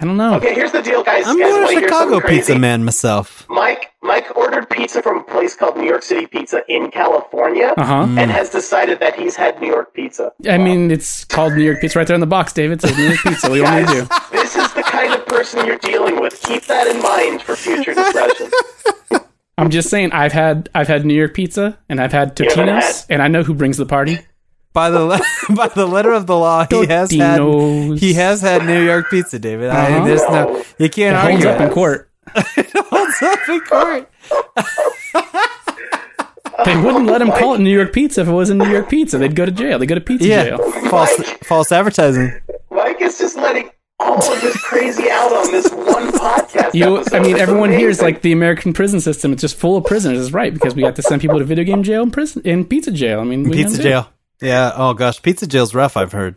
S2: I don't know.
S3: Okay, here's the deal, guys.
S1: I'm
S3: guys, wanna
S1: going to
S3: hear
S1: Chicago
S3: something crazy?
S1: pizza man myself.
S3: Mike Mike ordered pizza from a place called New York City Pizza in California
S2: Uh huh.
S3: and has decided that he's had New York pizza.
S2: I mean, it's called New York pizza right there on the box, David. It says New York pizza. What do you want me to do?
S3: This is the kind of person you're dealing with. Keep that in mind for future discussions.
S2: I'm just saying, I've had I've had New York pizza and I've had
S3: haven't
S2: Totino's, and I know who brings the party.
S1: By the le- by the letter of the law, he has had
S2: Totino's.
S1: he has had New York pizza, David. I-
S2: Uh-huh.
S1: there's no you can't
S2: It holds
S1: argue.
S2: up in
S1: it.
S2: court.
S1: holds up in court.
S2: They wouldn't let him call it New York pizza if it wasn't New York pizza. They'd go to jail. They'd go to pizza
S1: Yeah,
S2: jail.
S1: false false advertising.
S3: Mike is just letting all of this crazy out on this one podcast.
S2: You,
S3: episode.
S2: I mean,
S3: It's
S2: everyone here is
S3: amazing.
S2: like the American prison system. It's just full of prisoners. It's right because we got to send people to video game jail and prison and pizza jail. I mean, we
S1: Pizza
S2: know-
S1: jail. Yeah. Oh gosh, pizza jail's rough. I've heard.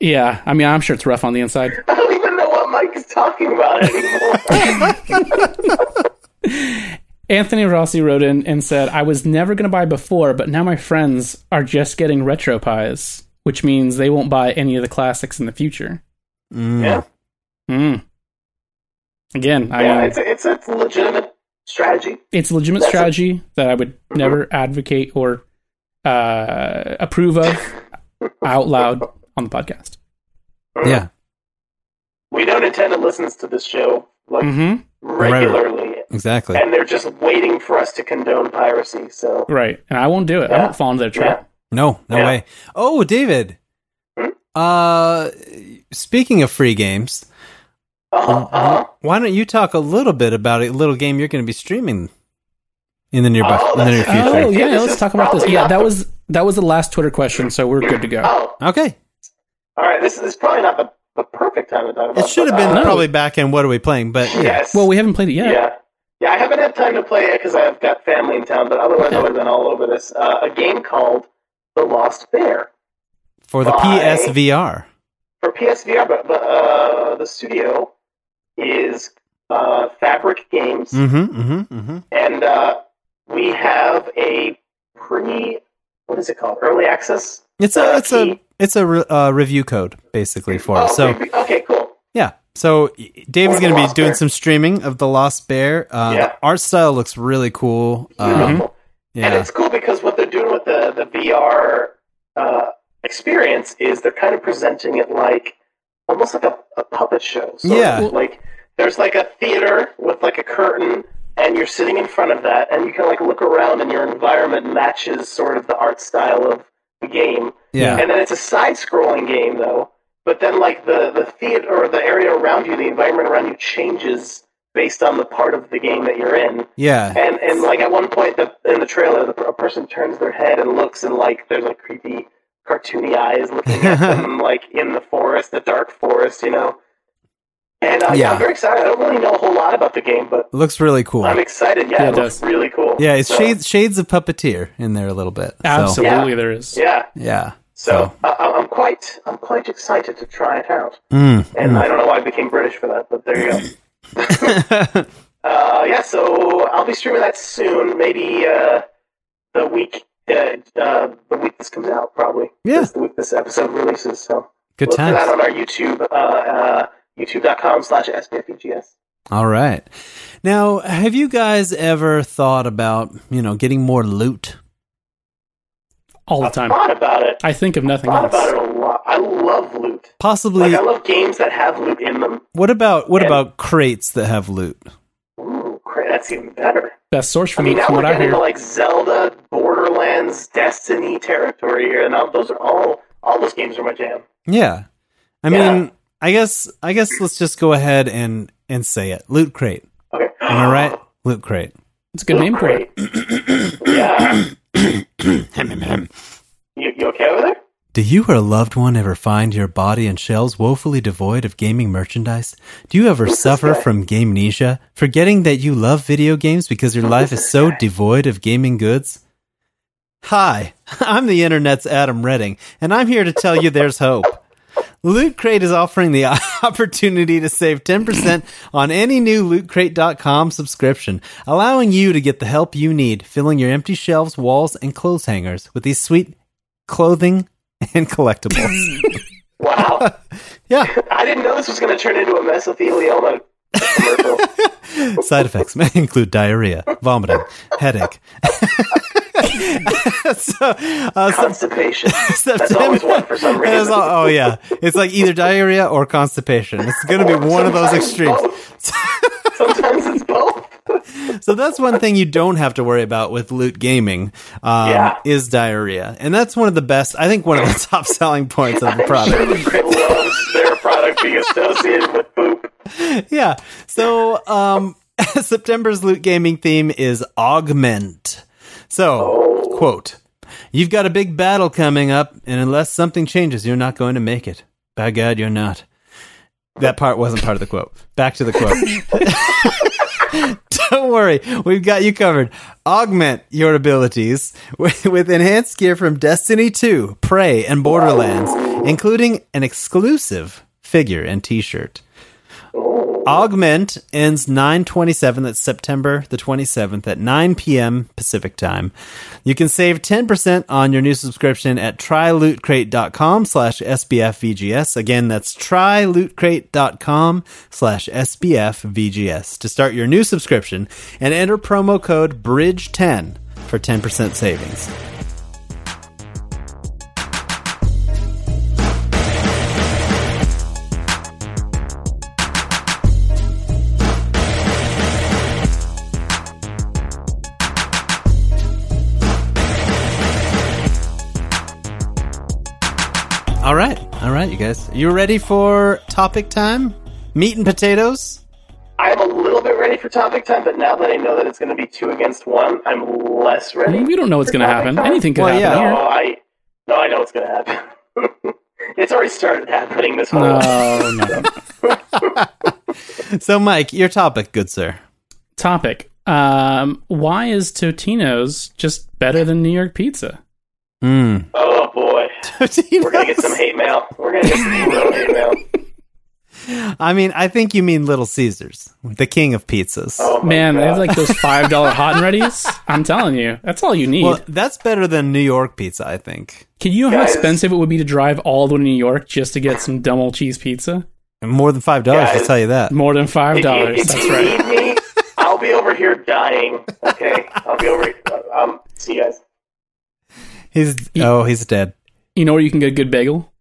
S2: Yeah, I mean, I'm sure it's rough on the inside.
S3: I don't even know what Mike is talking about anymore.
S2: Anthony Rossi wrote in and said, "I was never going to buy before, but now my friends are just getting retro pies." which means they won't buy any of the classics in the future.
S1: Mm.
S3: Yeah.
S2: Mm. Again, I
S3: yeah,
S2: mean,
S3: it's, a, it's a legitimate strategy.
S2: it's a legitimate
S3: That's a-
S2: strategy that I would never advocate or uh, approve of out loud on the podcast.
S1: Yeah.
S3: We know Nintendo listens to this show like
S2: Mm-hmm.
S3: regularly,
S1: Exactly.
S3: and they're just waiting for us to condone piracy. So
S2: Right, and I won't do it. I
S3: Yeah.
S2: won't fall into their trap.
S1: No, no
S3: Yeah.
S1: way. Oh, David.
S3: Hmm?
S1: Uh, speaking of free games,
S3: uh-huh, uh-huh.
S1: why don't you talk a little bit about a little game you're going to be streaming in the nearby
S3: Oh,
S1: in the near
S3: that's-
S1: future?
S2: Oh
S3: Okay,
S2: yeah,
S3: this
S2: let's
S3: is
S2: talk about this.
S3: probably
S2: Yeah,
S3: not
S2: that
S3: the-
S2: was that was the last Twitter question, so we're good to go.
S3: oh,
S1: Okay,
S3: all right. This is probably not the, the perfect time to talk about.
S1: it should have
S3: but,
S1: been
S3: uh,
S2: No.
S1: probably back in what are we playing, but yeah.
S3: Yes.
S2: Well, we haven't played it
S3: yeah.
S2: yet.
S3: yeah. I haven't had time to play it because I've got family in town, but otherwise I would have been all over this. Uh, a game called The Lost Bear
S1: for the
S3: Bye.
S1: PSVR.
S3: for PSVR, but, but uh, the studio is uh, Fabric Games.
S1: Mm-hmm. Mm-hmm. Mm-hmm.
S3: and uh, we have a pre what is it called early access
S1: It's a
S3: Uh,
S1: it's a
S3: key.
S1: it's a re- uh, review code basically for
S3: oh,
S1: it. So
S3: pre- okay cool
S1: yeah, so Dave's
S3: Or The
S1: going to be
S3: Lost
S1: doing
S3: Bear.
S1: some streaming of the Lost Bear. Uh,
S3: Yeah. Mm-hmm.
S1: The art style looks really cool. Um,
S3: Beautiful. and
S1: Yeah.
S3: it's cool because what they're doing with the the vr uh, experience is they're kind of presenting it like almost like a, a puppet show so
S1: Yeah.
S3: like there's like a theater with like a curtain and you're sitting in front of that and you can like look around and your environment matches sort of the art style of the game
S1: Yeah.
S3: And then it's a side-scrolling game, though. But then, like the the theater or the area around you, the environment around you changes based on the part of the game that you're in.
S1: Yeah.
S3: And and like at one point the, in the trailer, the, a person turns their head and looks, and like there's like creepy, cartoony eyes looking at them, like in the forest, the dark forest, you know. And uh, yeah.
S1: Yeah.
S3: I'm very excited. I don't really know a whole lot about the game, but
S1: Looks really cool.
S3: I'm excited. Yeah,
S2: Yeah,
S3: it
S2: it
S3: looks
S2: does.
S3: really cool.
S1: Yeah, it's
S3: So,
S1: shades shades of puppeteer in there a little bit. So,
S2: Absolutely, there is.
S3: Yeah,
S1: yeah.
S3: so I I, I'm quite I'm quite excited to try it out.
S1: Mm,
S3: And I don't know why I became British for that, but there you go.
S1: mm.
S3: Uh, yeah, so I'll be streaming that soon. Maybe uh, the week uh, uh, the week this comes out, probably.
S1: Yeah.
S3: This- the week this episode releases. So
S1: Good
S3: look for that
S1: times.
S3: on our YouTube, uh, uh, youtube.com slash SBFEGS.
S1: All right. Now, have you guys ever thought about you know getting more loot?
S2: All the
S3: I've
S2: time.
S3: thought about it.
S2: I think of nothing
S3: thought
S2: else.
S3: about it a lot. I love loot.
S1: Possibly.
S3: Like, I love games that have loot in them.
S1: What about what
S3: Yeah.
S1: about crates that have loot?
S3: Ooh, great. That's even better.
S2: Best source
S3: I
S2: for me
S3: mean, now
S2: from
S3: we're
S2: what I
S3: getting into
S2: hear.
S3: like Zelda, Borderlands, Destiny territory here, and all, those are all all those games are my jam.
S1: Yeah. I
S3: Yeah.
S1: mean, I guess I guess let's just go ahead and and say it. Loot crate.
S3: Okay.
S1: Am I right? Loot crate.
S2: It's a good name for it.
S3: yeah. You, you okay over there?
S1: Do you or a loved one ever find your body and shelves woefully devoid of gaming merchandise? Do you ever suffer from game amnesia, forgetting that you love video games because your life is so devoid of gaming goods? Hi, I'm the internet's Adam Redding, and I'm here to tell you there's hope. Loot Crate is offering the opportunity to save 10% on any new lootcrate.com subscription, allowing you to get the help you need filling your empty shelves, walls, and clothes hangers with these sweet clothing and collectibles.
S3: Wow.
S1: yeah,
S3: I didn't know this was going to turn into a mesothelioma commercial.
S1: side effects may include diarrhea, vomiting, headache. so, uh, so-
S3: Constipation. That's
S1: September.
S3: always one for some
S1: And it's
S3: reason.
S1: all- oh yeah, it's like either diarrhea or constipation. It's going to be one of those
S3: Sometimes
S1: extremes.
S3: both. Sometimes it's both.
S1: So that's one thing you don't have to worry about with loot gaming um,
S3: Yeah.
S1: is diarrhea, and that's one of the best. I think one of the top selling points of the product.
S3: Everybody loves their product being associated with poop.
S1: yeah. So um, September's loot gaming theme is augment. So quote, you've got a big battle coming up, and unless something changes, you're not going to make it. By God, you're not. That part wasn't part of the quote. Back to the quote. Don't worry, we've got you covered. Augment your abilities with, with enhanced gear from Destiny 2, Prey, and Borderlands, including an exclusive figure and t shirt. Augment ends 927. That's September the 27th at 9 p.m. Pacific time. You can save 10% on your new subscription at trylootcrate.com slash SBFVGS. Again, that's trylootcrate.com slash SBFVGS to start your new subscription and enter promo code BRIDGE10 for 10% savings. All right. All right, you guys. You ready for topic time? Meat and potatoes?
S3: I'm a little bit ready for topic time, but now that I know that it's going to be two against one, I'm less ready.
S2: We don't know what's
S3: for
S2: going to
S3: topic
S2: happen.
S3: time.
S2: Anything could
S1: Well,
S2: happen
S1: yeah.
S3: No,
S2: here.
S3: I no, I know what's going to happen. it's already started happening this whole.
S2: No, no.
S1: So, Mike, your topic, good sir.
S2: Topic. Um, why is Totino's just better than New York pizza?
S1: Mm.
S3: Oh boy, we're going to get some hate mail. We're going to get some real hate mail.
S1: I mean, I think you mean Little Caesars, the king of pizzas.
S3: Oh my
S2: Man, they have
S3: God.
S2: like those five dollar hot and ready's. I'm telling you, that's all you need.
S1: well, that's better than New York pizza, I think.
S2: Can you know how
S3: Guys.
S2: expensive it would be to drive all the way to New York just to get some dumb old cheese pizza?
S1: And more than $5, I'll
S3: Guys.
S1: tell you that.
S2: More than five
S3: If you-
S2: dollars.
S3: If
S2: That's
S3: you
S2: right.
S3: need me, I'll be over here dying. Okay, I'll be over. Here. Um, see you guys.
S1: He's Oh, he's dead.
S2: You know where you can get a good bagel?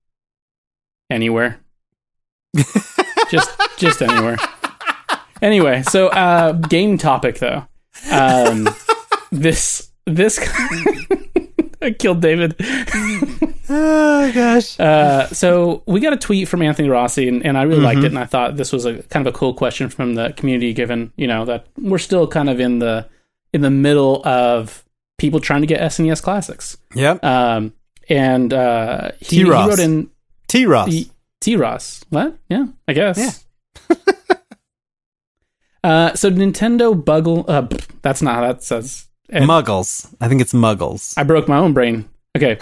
S2: Anywhere. just just anywhere. Anyway, so uh game topic though. Um this this I killed David.
S1: Oh, gosh.
S2: Uh, so we got a tweet from Anthony Rossi, and, and I really liked it,
S1: Mm-hmm.
S2: and I thought this was a kind of a cool question from the community, given you know that we're still kind of in the in the middle of people trying to get SNES classics.
S1: Yep.
S2: Um, and uh, he, he
S1: T-Ross.
S2: wrote in
S1: T Ross.
S2: T Ross. What? Yeah, I guess.
S1: Yeah.
S2: uh, so Nintendo Buggle. Uh, pff, that's not how that says. And
S1: Muggles. I think it's Muggles.
S2: I broke my own brain. Okay.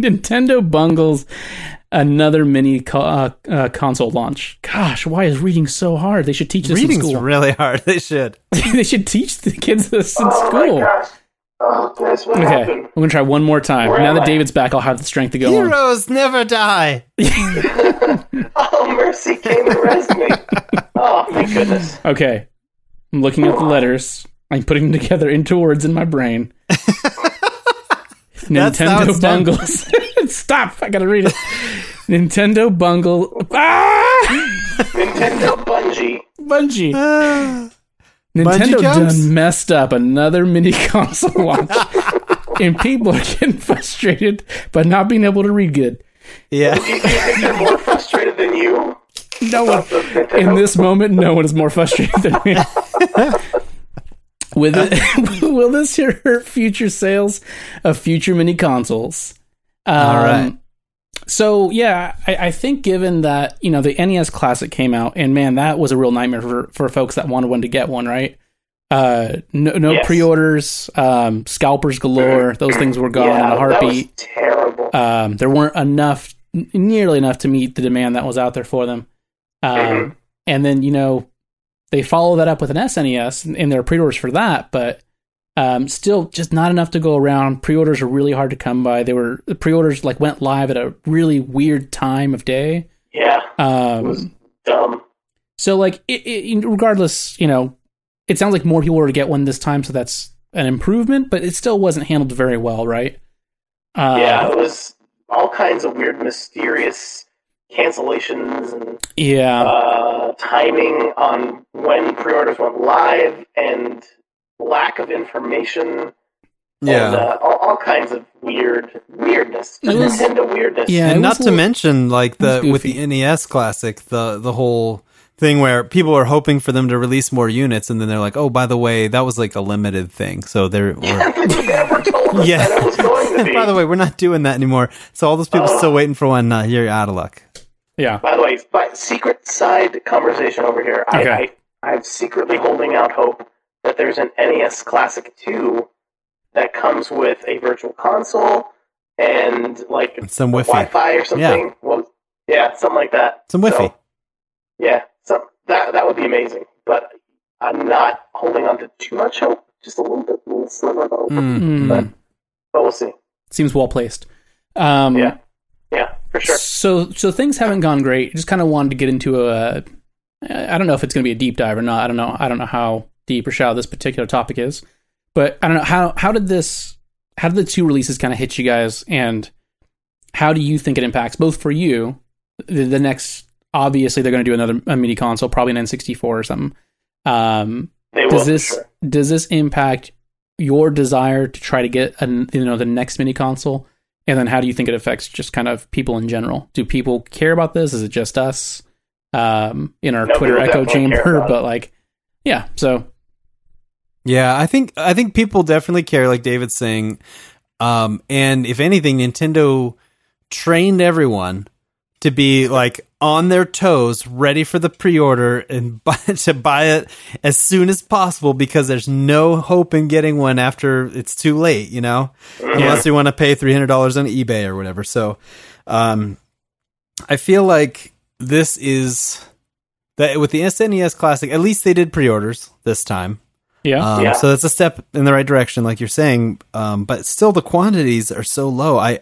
S2: Nintendo bungles another mini co- uh, uh, console launch. Gosh, why is reading so hard? They should teach this
S1: Reading's
S2: in school.
S1: really hard. They should.
S2: they should teach the kids this in
S3: Oh my
S2: school.
S3: gosh. Oh, guys, what
S2: Okay,
S3: happened?
S2: I'm gonna try one more time.
S3: Where
S2: now
S3: am
S2: that
S3: I?
S2: David's back, I'll have the strength to go on.
S1: Heroes never die.
S3: Oh, mercy came and rescued me. Oh, my goodness.
S2: Okay, I'm looking at the letters. I'm putting them together into words in my brain.
S1: That's how
S2: Nintendo
S1: it's done.
S2: bungles. Stop! I gotta read it. Nintendo bungle. Ah!
S3: Nintendo Bungie.
S2: Bungie.
S1: Ah.
S2: Nintendo
S1: Bungie jumps?
S2: done messed up another mini console launch, and people are getting frustrated by not being able to read good.
S3: Do
S1: yeah.
S3: you think they're more frustrated than you?
S2: No one in this moment, no one is more frustrated than me. With it, will this hurt future sales of future mini consoles? Um,
S1: All right.
S2: So yeah, I, I think given that you know the NES Classic came out, and man, that was a real nightmare for for folks that wanted one to get one, right? Uh, no, no
S3: Yes. Mm-hmm.
S2: pre-orders, um, scalpers galore. Those things were gone in a Oh, heartbeat.
S3: That was terrible.
S2: Um, there weren't enough, n- nearly enough to meet the demand that was out there for them. Um,
S3: Mhm.
S2: And then you know they follow that up with an E SNES and, and there are pre-orders for that, but um, still just not enough to go around. Pre-orders are really hard to come by. They were the pre-orders like went live at a really weird time of day.
S3: yeah,
S2: Um,
S3: dumb.
S2: so like it, it, regardless, you know, it sounds like more people were to get one this time, so that's an improvement, but it still wasn't handled very well, right? Uh,
S3: yeah, it was all kinds of weird, mysterious cancellations and
S2: yeah.
S3: uh, timing on when pre-orders went live and lack of information.
S1: Yeah.
S3: and, uh, all, all kinds of weird weirdness.
S2: It was-
S3: Nintendo weirdness.
S2: Yeah, it
S1: and
S2: was
S1: not
S2: a
S1: to
S2: little-
S1: mention like the
S2: was
S1: with the
S2: goofy.
S1: NES classic the the whole thing where people are hoping for them to release more units and then they're like oh by the way that was like a limited thing so they're we're-
S3: they never told us
S1: Yeah.
S3: that it was going to be. Oh.
S1: by the way we're not doing that anymore so all those people still waiting for one nah, you're out of luck
S2: Yeah.
S3: By the way, by secret side conversation over here.
S2: Okay.
S3: I, I, I'm secretly holding out hope that there's an NES Classic 2 that comes with a virtual console and like
S1: And some wifi
S3: Wi-Fi or something. Well, yeah, something like that.
S1: some wifi
S3: So, yeah, some that that would be amazing. But I'm not holding on to too much hope. Just a little bit, a little sliver of hope.
S1: Mm.
S2: Mm,
S3: But we'll see.
S2: seems well placed. Um,
S3: Yeah, yeah, for sure.
S2: So so things haven't gone great. Just kind of wanted to get into a. I don't know if it's going to be a deep dive or not. I don't know. I don't know how deep or shallow this particular topic is, but I don't know how how did this how did the two releases kind of hit you guys, and how do you think it impacts both for you the, the next? Obviously, they're going to do another a mini console, probably an N64 or something. Um,
S3: They will.
S2: does
S3: for
S2: this
S3: sure.
S2: does this impact your desire to try to get an, you know the next mini console and then how do you think it affects just kind of people in general do people care about this is it just us um in our
S3: No,
S2: twitter
S3: people
S2: echo
S3: definitely care
S2: chamber
S3: about it.
S2: but like yeah so
S1: Yeah, I think I think people definitely care, like David's saying. Um, and if anything, Nintendo trained everyone to be like on their toes, ready for the pre-order and buy, to buy it as soon as possible because there's no hope in getting one after it's too late, you know, unless you want to pay three hundred dollars on eBay or whatever. So, um, I feel like this is that with the SNES Classic. At least they did pre-orders this time.
S2: yeah
S1: Um,
S3: Yeah.
S1: So that's a step in the right direction, like you're saying. Um, but still, the quantities are so low. I,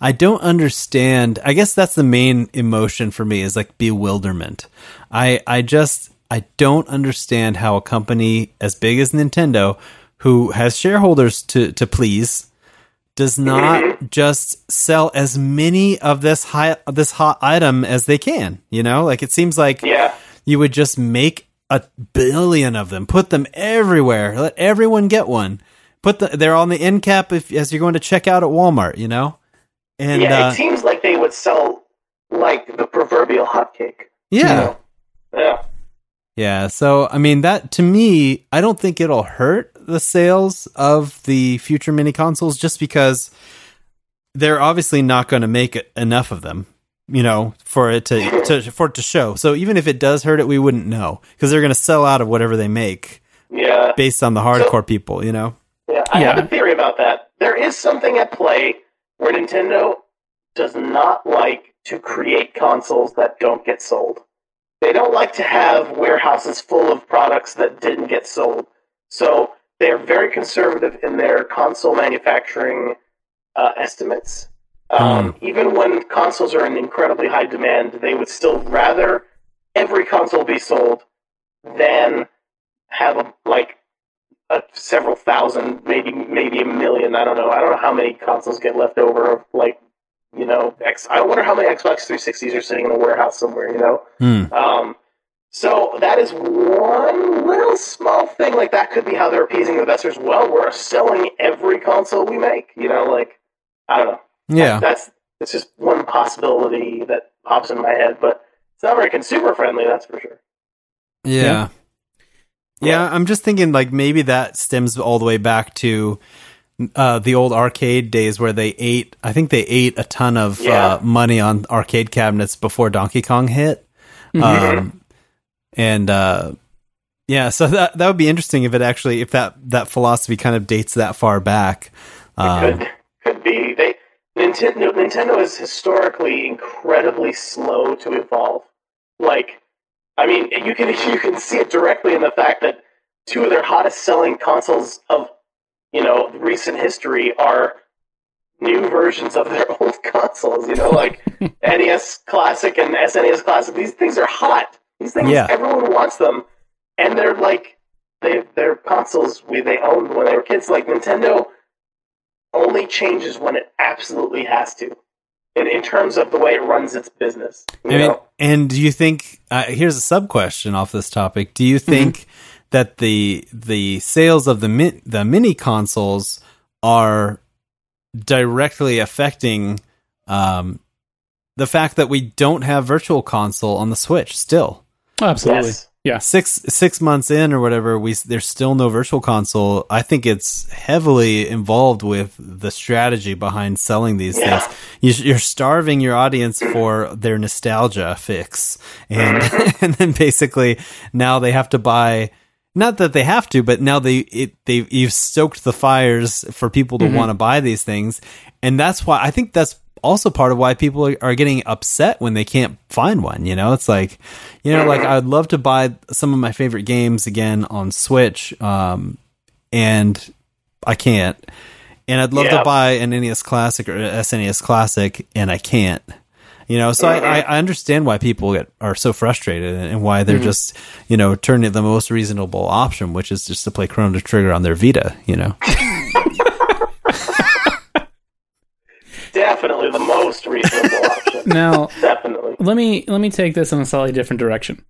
S1: I don't understand. I guess that's the main emotion for me is like bewilderment. I, I just, I don't understand how a company as big as Nintendo, who has shareholders to to please, does
S3: Mm-hmm.
S1: not just sell as many of this high this hot item as they can. You know, like it seems like
S3: Yeah,
S1: you would just make a billion of them, put them everywhere, let everyone get one. Put the, they're on the end cap if, as you're going to check out at Walmart, you know. And
S3: yeah.
S1: uh,
S3: it seems like they would sell like the proverbial hotcake.
S1: yeah,
S3: Yeah,
S1: Yeah, so I mean that to me, I don't think it'll hurt the sales of the future mini consoles just because they're obviously not going to make it- enough of them, you know, for it to, to for it to show. So even if it does hurt it, we wouldn't know because they're going to sell out of whatever they make
S3: yeah.
S1: based on the hardcore people, you know.
S3: Yeah, I
S2: Yeah.
S3: have a theory about that. There is something at play where Nintendo does not like to create consoles that don't get sold. They don't like to have warehouses full of products that didn't get sold. So they're very conservative in their console manufacturing uh, estimates. Um, Even when consoles are in incredibly high demand, they would still rather every console be sold than have a, like a, several thousand, maybe maybe a million. I don't know. I don't know how many consoles get left over. Of like, you know, X. I wonder how many Xbox 360s are sitting in a warehouse somewhere. You know.
S1: Hmm.
S3: Um, so that is one little small thing. Like that could be how they're appeasing investors. Well, we're selling every console we make. You know, like I don't know.
S1: Yeah.
S3: That's it's just one possibility that pops in my head, but it's not very consumer friendly. That's for sure.
S1: Yeah. Yeah,
S3: Yeah.
S1: I'm just thinking like maybe that stems all the way back to uh, the old arcade days where they ate, I think they ate a ton of
S3: Yeah.
S1: uh, money on arcade cabinets before Donkey Kong hit.
S3: Mm-hmm.
S1: Um, and uh, yeah, so that that would be interesting if it actually if that that philosophy kind of dates that far back. Um,
S3: could could be they Nintendo Nintendo is historically incredibly slow to evolve. Like, I mean, you can you can see it directly in the fact that two of their hottest selling consoles of you know recent history are new versions of their old consoles. You know, like NES Classic and SNES Classic. These things are hot. These things
S1: Yeah.
S3: everyone wants them, and they're like they they're consoles we they owned when they were kids. Like Nintendo only changes when it absolutely has to, in, in terms of the way it runs its business. you
S1: I mean,
S3: know?
S1: and do you think? Uh, here's a sub question off this topic. Do you think that the the sales of the min, the mini consoles are directly affecting um, the fact that we don't have Virtual Console on the Switch still?
S2: oh, absolutely
S3: Yes.
S2: yeah
S1: six six months in or whatever we there's still no virtual console i think it's heavily involved with the strategy behind selling these
S3: Yeah.
S1: things you, you're starving your audience for their nostalgia fix and and then basically now they have to buy not that they have to but now they it they you've stoked the fires for people to want to buy these things and that's why i think that's also part of why people are, are getting upset when they can't find one. You know, it's like, you know, like I'd love to buy some of my favorite games again on Switch, um, and I can't. And I'd love
S3: Yeah.
S1: to buy an NES Classic or a SNES Classic, and I can't. You know, so I, I,
S3: Mm-hmm.
S1: I understand why people get, are so frustrated and, and why they're just, you know, turning to the most reasonable option, which is just to play Chrono Trigger on their Vita. You know,
S3: Definitely the most reasonable option.
S2: Now,
S3: Definitely.
S2: let me let me take this in a slightly different direction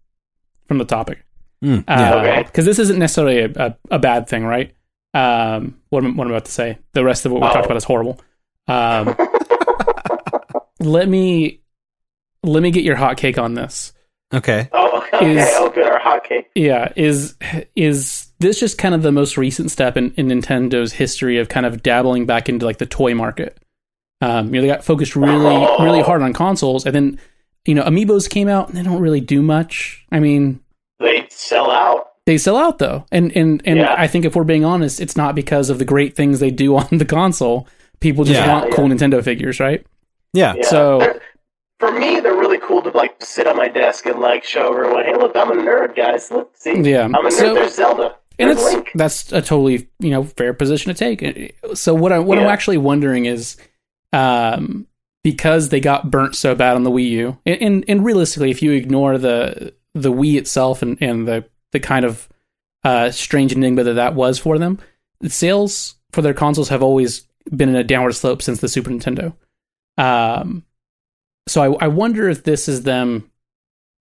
S2: from the topic.
S1: Mm,
S2: because
S1: yeah.
S3: Okay.
S2: this isn't necessarily a, a, a bad thing, right? Um, what, I'm, what I'm about to say, the rest of what we
S3: Oh.
S2: talked about is horrible. Um, let me let me get your hot cake on this.
S1: okay.
S3: Oh, okay.
S2: Is-
S3: oh, good. Our hotcake.
S2: Yeah, is is this just kind of the most recent step in, in Nintendo's history of kind of dabbling back into like the toy market? Um, you know, they got focused really, really hard on consoles, and then you know, amiibos came out, and they don't really do much. I mean,
S3: They sell out.
S2: they sell out though, and and and
S3: Yeah.
S2: I think if we're being honest, it's not because of the great things they do on the console. People just
S1: Yeah.
S2: want cool Nintendo figures, right?
S1: Yeah.
S3: Yeah.
S2: So-
S3: They're- for me, they're really cool to like sit on my desk and like show everyone, "Hey, look, I'm a nerd, guys. Look, see,
S2: Yeah.
S3: I'm a nerd.
S2: So-
S3: there's Zelda.
S2: and
S3: There's
S2: it's
S3: Link.
S2: that's a totally you know fair position to take. So what I what I'm
S3: Yeah.
S2: actually wondering is, um, because they got burnt so bad on the Wii U, and and, and realistically, if you ignore the the Wii itself and and the the kind of uh, strange enigma that that was for them, the sales for their consoles have always been in a downward slope since the Super Nintendo. Um, so I, I wonder if this is them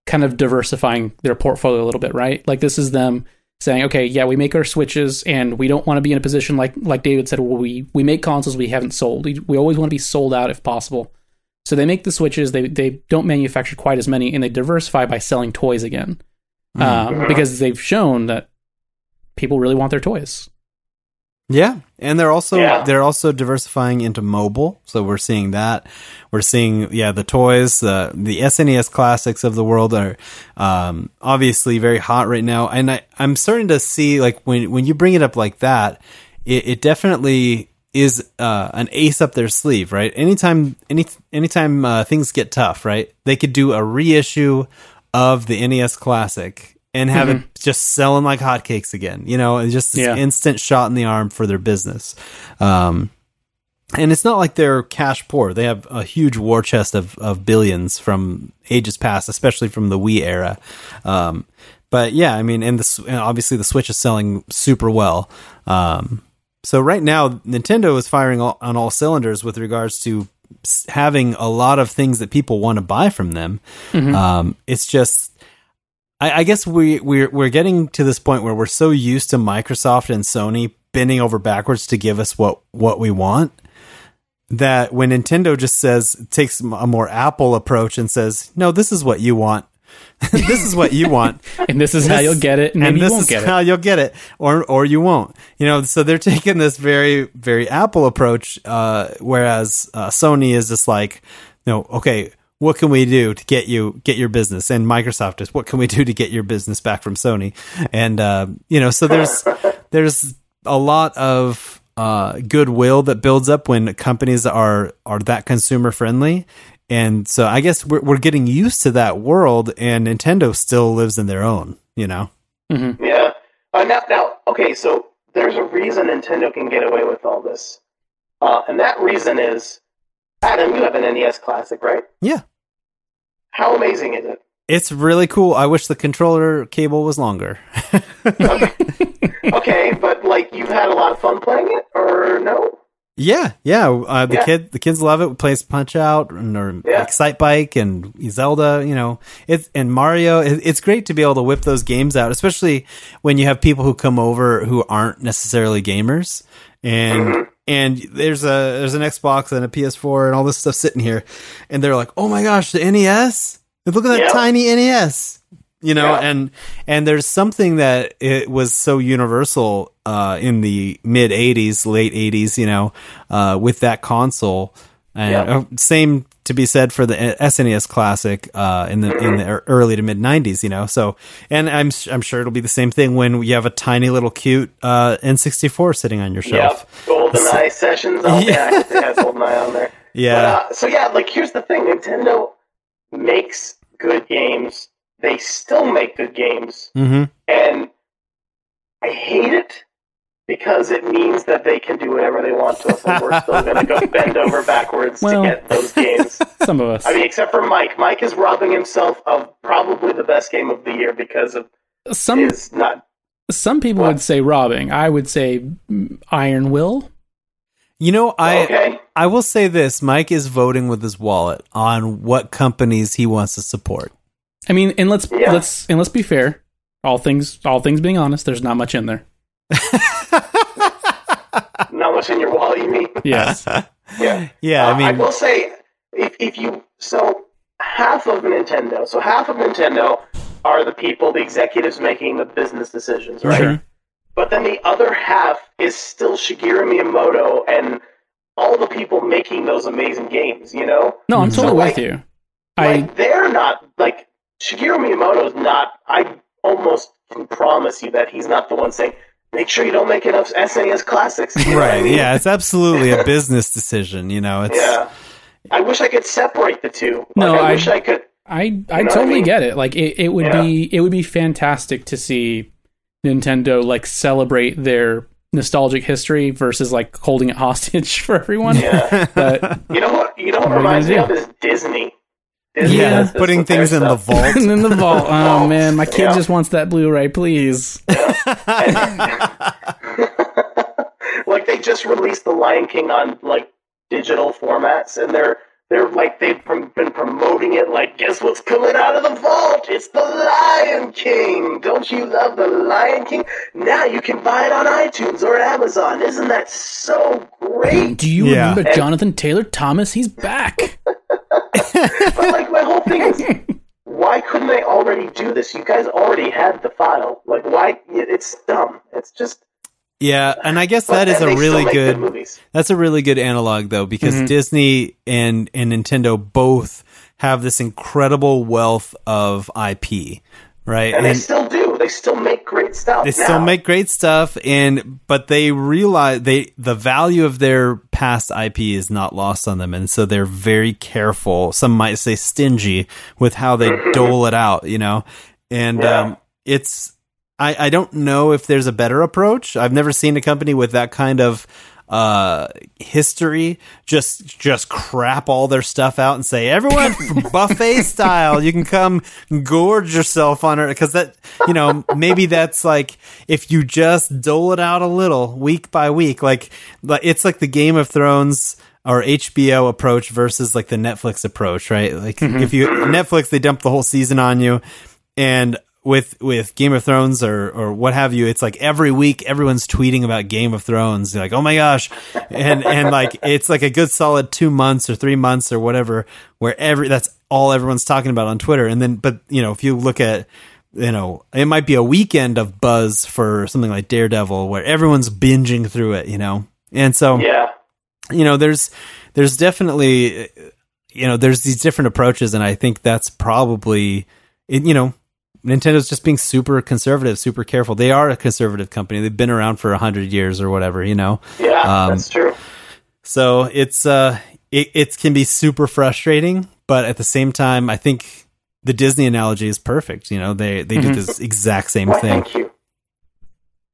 S2: kind of diversifying their portfolio a little bit, right? Like this is them saying, okay, yeah, we make our switches, and we don't want to be in a position like like David said, where we we make consoles we haven't sold. We, we always want to be sold out if possible. So they make the switches. They they don't manufacture quite as many, and they diversify by selling toys again,
S1: Hmm.
S2: um, because they've shown that people really want their toys.
S1: Yeah, and they're also
S3: Yeah.
S1: they're also diversifying into mobile. So we're seeing that. We're seeing yeah the toys, uh, the SNES classics of the world are um, obviously very hot right now, and I I'm starting to see like when when you bring it up like that, it, it definitely is uh, an ace up their sleeve, right? Anytime any anytime uh, things get tough, right? They could do a reissue of the NES classic and have it just selling like hotcakes again, you know, and just this
S2: Yeah.
S1: instant shot in the arm for their business. Um, and it's not like they're cash poor. They have a huge war chest of, of billions from ages past, especially from the Wii era. Um, but yeah, I mean, and, the, S- and obviously the Switch is selling super well. Um, so right now, Nintendo is firing all, on all cylinders with regards to s- having a lot of things that people want to buy from them. Um, it's just I, I guess we we're we're getting to this point where we're so used to Microsoft and Sony bending over backwards to give us what what we want that when Nintendo just says takes a more Apple approach and says no this is what you want this is what you want
S2: And this is how
S1: this-
S2: you'll get it, and maybe
S1: this
S2: you won't
S1: is
S2: get it.
S1: how you'll get it, or or you won't. You know, so they're taking this very very Apple approach, uh, whereas uh, Sony is just like, no, okay, what can we do to get you get your business? And Microsoft is, what can we do to get your business back from Sony? And uh, you know, so there's there's a lot of uh, goodwill that builds up when companies are are that consumer friendly. And so I guess we're, we're getting used to that world, and Nintendo still lives in their own, you know.
S2: Mm-hmm.
S3: Yeah. Uh, now, now, okay, so there's a reason Nintendo can get away with all this. Uh, and that reason is Adam, you have an NES Classic, right?
S1: Yeah,
S3: How amazing is it?
S1: it's really cool. I wish the controller cable was longer.
S3: Okay, but like you've had a lot of fun playing it, or no?
S1: yeah, yeah. Uh, the
S3: Yeah.
S1: kid, the kids love it. We plays Punch Out and or
S3: Yeah.
S1: like Excite Bike and Zelda. You know, it's and Mario. It, it's great to be able to whip those games out, especially when you have people who come over who aren't necessarily gamers. And
S3: Mm-hmm.
S1: and there's a there's an Xbox and a PS4 and all this stuff sitting here, and they're like, oh my gosh, the NES. Look at that
S3: Yeah.
S1: tiny E NES. you know
S3: Yeah.
S1: and and there's something that it was so universal uh in the mid 80s late 80s you know uh with that console and
S3: Yeah.
S1: uh, same to be said for the uh, SNES E classic uh in the in the ear- early to mid 90s you know so and I'm s- I'm sure it'll be the same thing when you have a tiny little cute uh N64 sitting on your shelf
S3: Golden Eye sessions. Oh yeah, I guess it has Golden Eye on there.
S1: Yeah.
S3: But, uh, so yeah, like here's the thing: Nintendo makes good games. They still make good games,
S1: mm-hmm.
S3: and I hate it because it means that they can do whatever they want to us, and we're still going to go bend over backwards
S2: Well.
S3: to get those games.
S2: Some of us.
S3: I mean, except for Mike. Mike is robbing himself of probably the best game of the year because of
S2: some
S3: his not.
S2: some people
S3: What?
S2: would say robbing. I would say mm, Iron Will.
S1: You know, I
S3: okay,
S1: I will say this: Mike is voting with his wallet on what companies he wants to support.
S2: I mean, and let's
S3: Yeah.
S2: let's and let's be fair. All things all things being honest, there's not much in there.
S3: not much in your wallet, you mean?
S2: Yes.
S3: Yeah.
S1: Yeah,
S3: Uh,
S1: I mean,
S3: will say if, if you so half of Nintendo, so half of Nintendo are the people, the executives making the business decisions, right?
S2: Sure.
S3: But then the other half is still Shigeru Miyamoto and all the people making those amazing games. You know,
S2: No, I'm
S1: Mhm.
S2: totally
S3: So,
S2: with
S3: like-
S2: you. I
S3: like they're not like Shigeru Miyamoto's not. I almost can promise you that he's not the one saying. Make sure you don't make enough SNES classics. You know what I
S1: right?
S3: mean?
S1: Yeah, it's absolutely a business decision. You know, it's
S3: Yeah. I wish I could separate the two. Like,
S2: No,
S3: I,
S2: I-
S3: wish I could.
S2: I I
S3: know what I
S2: totally
S3: mean?
S2: get it. Like it, it would be it would be fantastic to see Nintendo like celebrate their nostalgic history versus like holding it hostage for everyone.
S3: Yeah.
S2: But
S3: You know what? You know what
S2: What are you
S3: reminds me
S2: gonna do?
S3: of is Disney.
S2: Yeah,
S1: yeah,
S3: does this
S1: putting
S3: with their
S1: things in the
S3: stuff.
S1: vault.
S2: and then the vault. Oh man, my kid
S3: Yeah.
S2: just wants that Blu-ray, please.
S3: like they just released The Lion King on like digital formats, and they're they're like they've prom- been promoting it. Like, guess what's coming out of the vault? It's The Lion King. Don't you love The Lion King? Now you can buy it on iTunes or Amazon. Isn't that so great?
S2: Do you
S1: Yeah.
S2: remember Jonathan Taylor Thomas? He's back.
S3: But like my whole thing is, why couldn't they already do this? You guys already had the file. Like why? It's dumb. It's just.
S1: yeah, and I guess
S3: but
S1: that is
S3: then
S1: a
S3: they still
S1: really
S3: make
S1: good.
S3: movies.
S1: That's a really good analog though, because Disney and and Nintendo both have this incredible wealth of IP, right?
S3: and, they still do. They still make great stuff.
S1: they still
S3: now.
S1: make great stuff, and but they realize they the value of their past IP is not lost on them, and so they're very careful. Some might say stingy with how they dole it out, you know. And
S3: Yeah.
S1: um, it's I, I don't know if there's a better approach. I've never seen a company with that kind of uh history just just crap all their stuff out and say everyone buffet style you can come gorge yourself on it because that you know maybe that's like if you just dole it out a little week by week like like- it's like the game of thrones or HBO approach versus like the Netflix approach, right? Like if you Netflix, they dump the whole season on you, and with with Game of Thrones or or what have you, it's like every week everyone's tweeting about Game of Thrones, They're like oh my gosh, and and like it's like a good solid two months or three months or whatever, where every that's all everyone's talking about on Twitter, and then but you know if you look at you know, it might be a weekend of buzz for something like Daredevil where everyone's binging through it, you know? And so,
S3: Yeah,
S1: you know there's there's definitely uh, you know there's these different approaches and i think that's probably it, you know nintendo's just being super conservative super careful they are a conservative company they've been around for 100 years or whatever you know
S3: yeah,
S1: Um,
S3: that's true.
S1: so it's uh it, it can be super frustrating but at the same time i think the disney analogy is perfect you know they they do this exact same
S3: Why,
S1: thing
S3: Mm-hmm. thank you,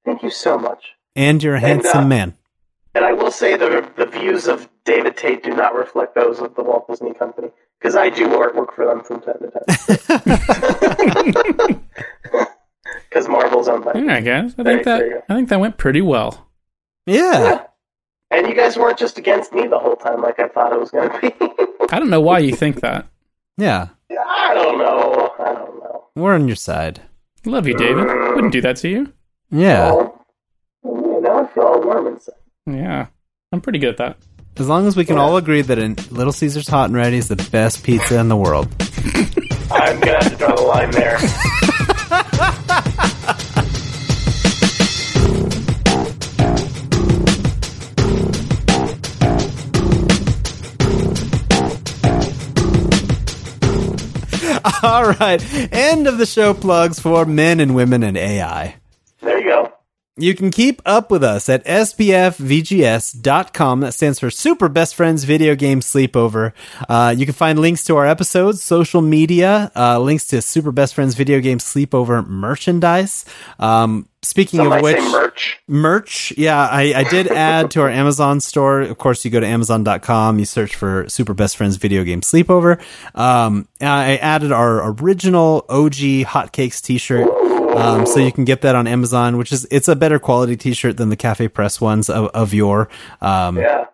S3: thank you so much.
S1: and you're a
S3: And,
S1: handsome
S3: uh,
S1: man
S3: And I will say the the views of David Tate do not reflect those of the Walt Disney Company because I do artwork for them from time to time. Because Marvel's owned by,
S2: Yeah, I guess. I
S3: There-
S2: think
S3: there you
S2: that
S3: go.
S2: I think that went pretty well.
S1: yeah
S3: and you guys weren't just against me the whole time like I thought it was going to be.
S2: I don't know why you think that.
S1: yeah
S3: I don't know. I don't know.
S1: we're on your side
S2: Love you, David. Wouldn't do that to you.
S1: yeah
S3: Well, yeah, now I feel all warm inside.
S2: Yeah. I'm pretty good at that.
S1: As long as we can all agree that a Little Caesar's Hot and Ready is the best pizza in the world.
S3: I'm gonna have to draw the line there.
S1: All right. End of the show plugs for men and women and AI.
S3: There you go.
S1: You can keep up with us at spfvgs.com. That stands for Super Best Friends Video Game Sleepover. Uh, you can find links to our episodes, social media, uh, links to Super Best Friends Video Game Sleepover merchandise. Um, speaking
S3: Some
S1: of
S3: might
S1: which,
S3: say merch.
S1: merch yeah I, I did add to our amazon store of course you go to amazon.com you search for super best friends video game sleepover um, i added our original og hotcakes t-shirt um, so you can get that on amazon which is it's a better quality t-shirt than the cafe press ones of, of yore um,
S3: Yeah.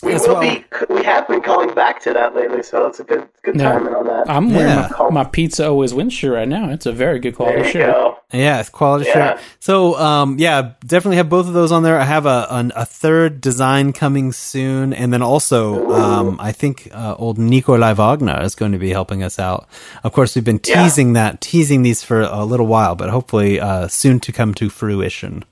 S3: We
S1: As
S3: will
S1: well.
S3: be. We have been calling back to that lately, so it's a good good
S2: Yeah.
S3: timing on that.
S2: I'm wearing
S1: Yeah.
S2: my, my pizza always wins shirt right now. It's a very good
S3: there
S2: quality
S3: you
S2: shirt.
S3: go.
S1: Yeah, it's quality
S3: Yeah.
S1: shirt. So, um, yeah, definitely have both of those on there. I have a an, a third design coming soon, and then also, um, I think uh, old Nikolai Wagner is going to be helping us out. Of course, we've been
S3: Yeah.
S1: teasing that, teasing these for a little while, but hopefully, uh, soon to come to fruition.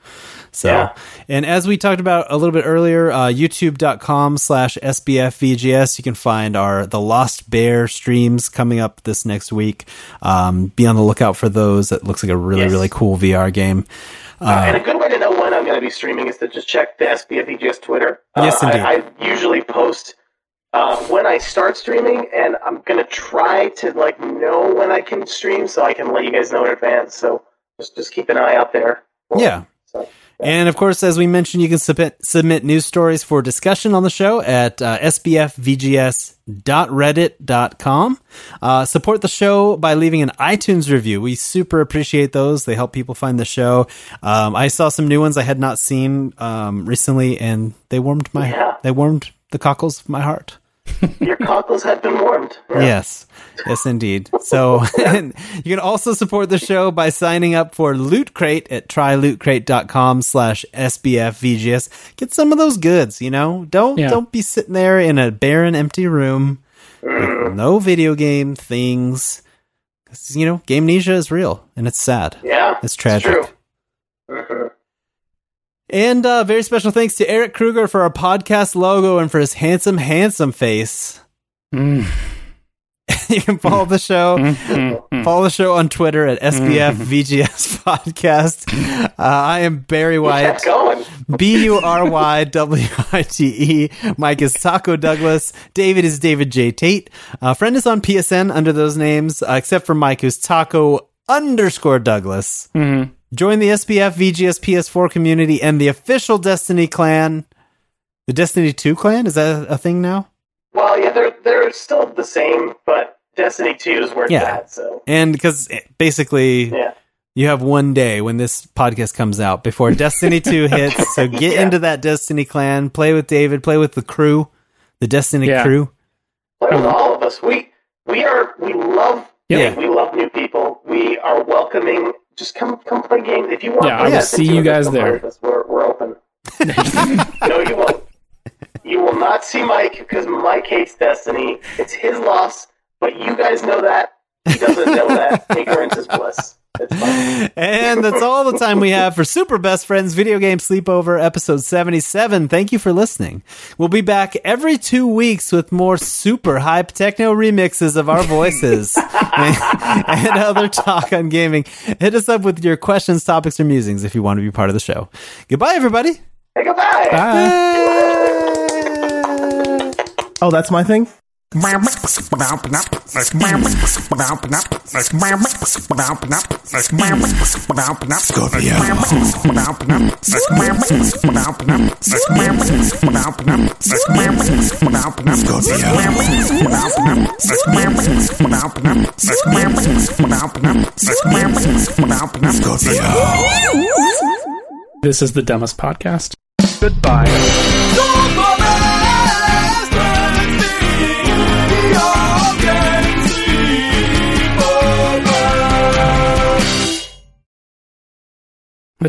S1: So,
S3: Yeah.
S1: and as we talked about a little bit earlier, uh, youtube.com slash SBFVGS, you can find our The Lost Bear streams coming up this next week. Um, be on the lookout for those. That looks like a really,
S3: Yes.
S1: really cool VR game.
S3: Uh, and a good way to know when I'm going to be streaming is to just check the SBFEGS Twitter. Uh,
S1: Yes, indeed.
S3: I, I usually post uh, when I start streaming, and I'm going to try to like know when I can stream so I can let you guys know in advance. So just just keep an eye out there. for it.
S1: Yeah.
S3: So,
S1: And of course, as we mentioned, you can submit, submit news stories for discussion on the show at uh, sbfvgs.reddit.com. Uh, support the show by leaving an iTunes review. We super appreciate those. They help people find the show. Um, I saw some new ones I had not seen um, recently, and they warmed my
S3: Yeah.
S1: they warmed the cockles of my heart.
S3: your cockles have been warmed.
S1: Yes. Yes, indeed. So and you can also support the show by signing up for Loot Crate at trylootcrate.com slash SBFVGS. Get some of those goods, you know? Don't
S2: Yeah.
S1: don't be sitting there in a barren empty room with no video game things. 'Cause, You know, game amnesia is real and it's sad.
S3: Yeah.
S1: It's tragic.
S3: true. Mhm.
S1: And uh, very special thanks to Eric Kruger for our podcast logo and for his handsome, handsome face.
S2: Mm,
S1: you can follow the show
S2: mm, mm, mm.
S1: Follow the show on Twitter at SBF VGS Podcast. Uh, I am Barry White,
S3: Kept going.
S1: B U R Y W I T E. Mike is Taco Douglas. David is David J. Tate. Uh, friend is on PSN under those names, uh, except for Mike, who's Taco underscore Douglas.
S2: Mhm.
S1: Join the SBF VGS PS4 community and the official Destiny clan. The Destiny 2 clan? Is that a thing now?
S3: Well, yeah, they're they're still the same, but Destiny Two is where
S1: Yeah.
S3: it's at. So
S1: And because basically,
S3: yeah.
S1: You have one day when this podcast comes out before Destiny 2 hits. So get
S3: Yeah.
S1: into that Destiny clan, play with David, play with the crew, the Destiny
S2: Yeah.
S1: crew.
S3: play with all of us. We we are we love
S2: Um, Yeah.
S3: we love new people. We are welcoming. Just come come play games if you want.
S2: Yeah, I
S3: play
S2: will
S3: us, if
S2: see you
S3: want
S2: guys
S3: to play
S2: there.
S3: with us, We're we're open. no, you won't. You will not see Mike because Mike hates Destiny. It's his loss, but you guys know that. He doesn't know that. Ignorance is bliss. It's fine.
S1: And that's all the time we have for Super Best Friends Video Game Sleepover episode 77. Thank you for listening. We'll be back every two weeks with more super hype techno remixes of our voices and, and other talk on gaming. Hit us up with your questions, topics, or musings if you want to be part of the show. Goodbye, everybody.
S3: Hey, goodbye.
S2: Bye.
S4: Oh, that's my thing?
S2: This is the dumbest podcast. The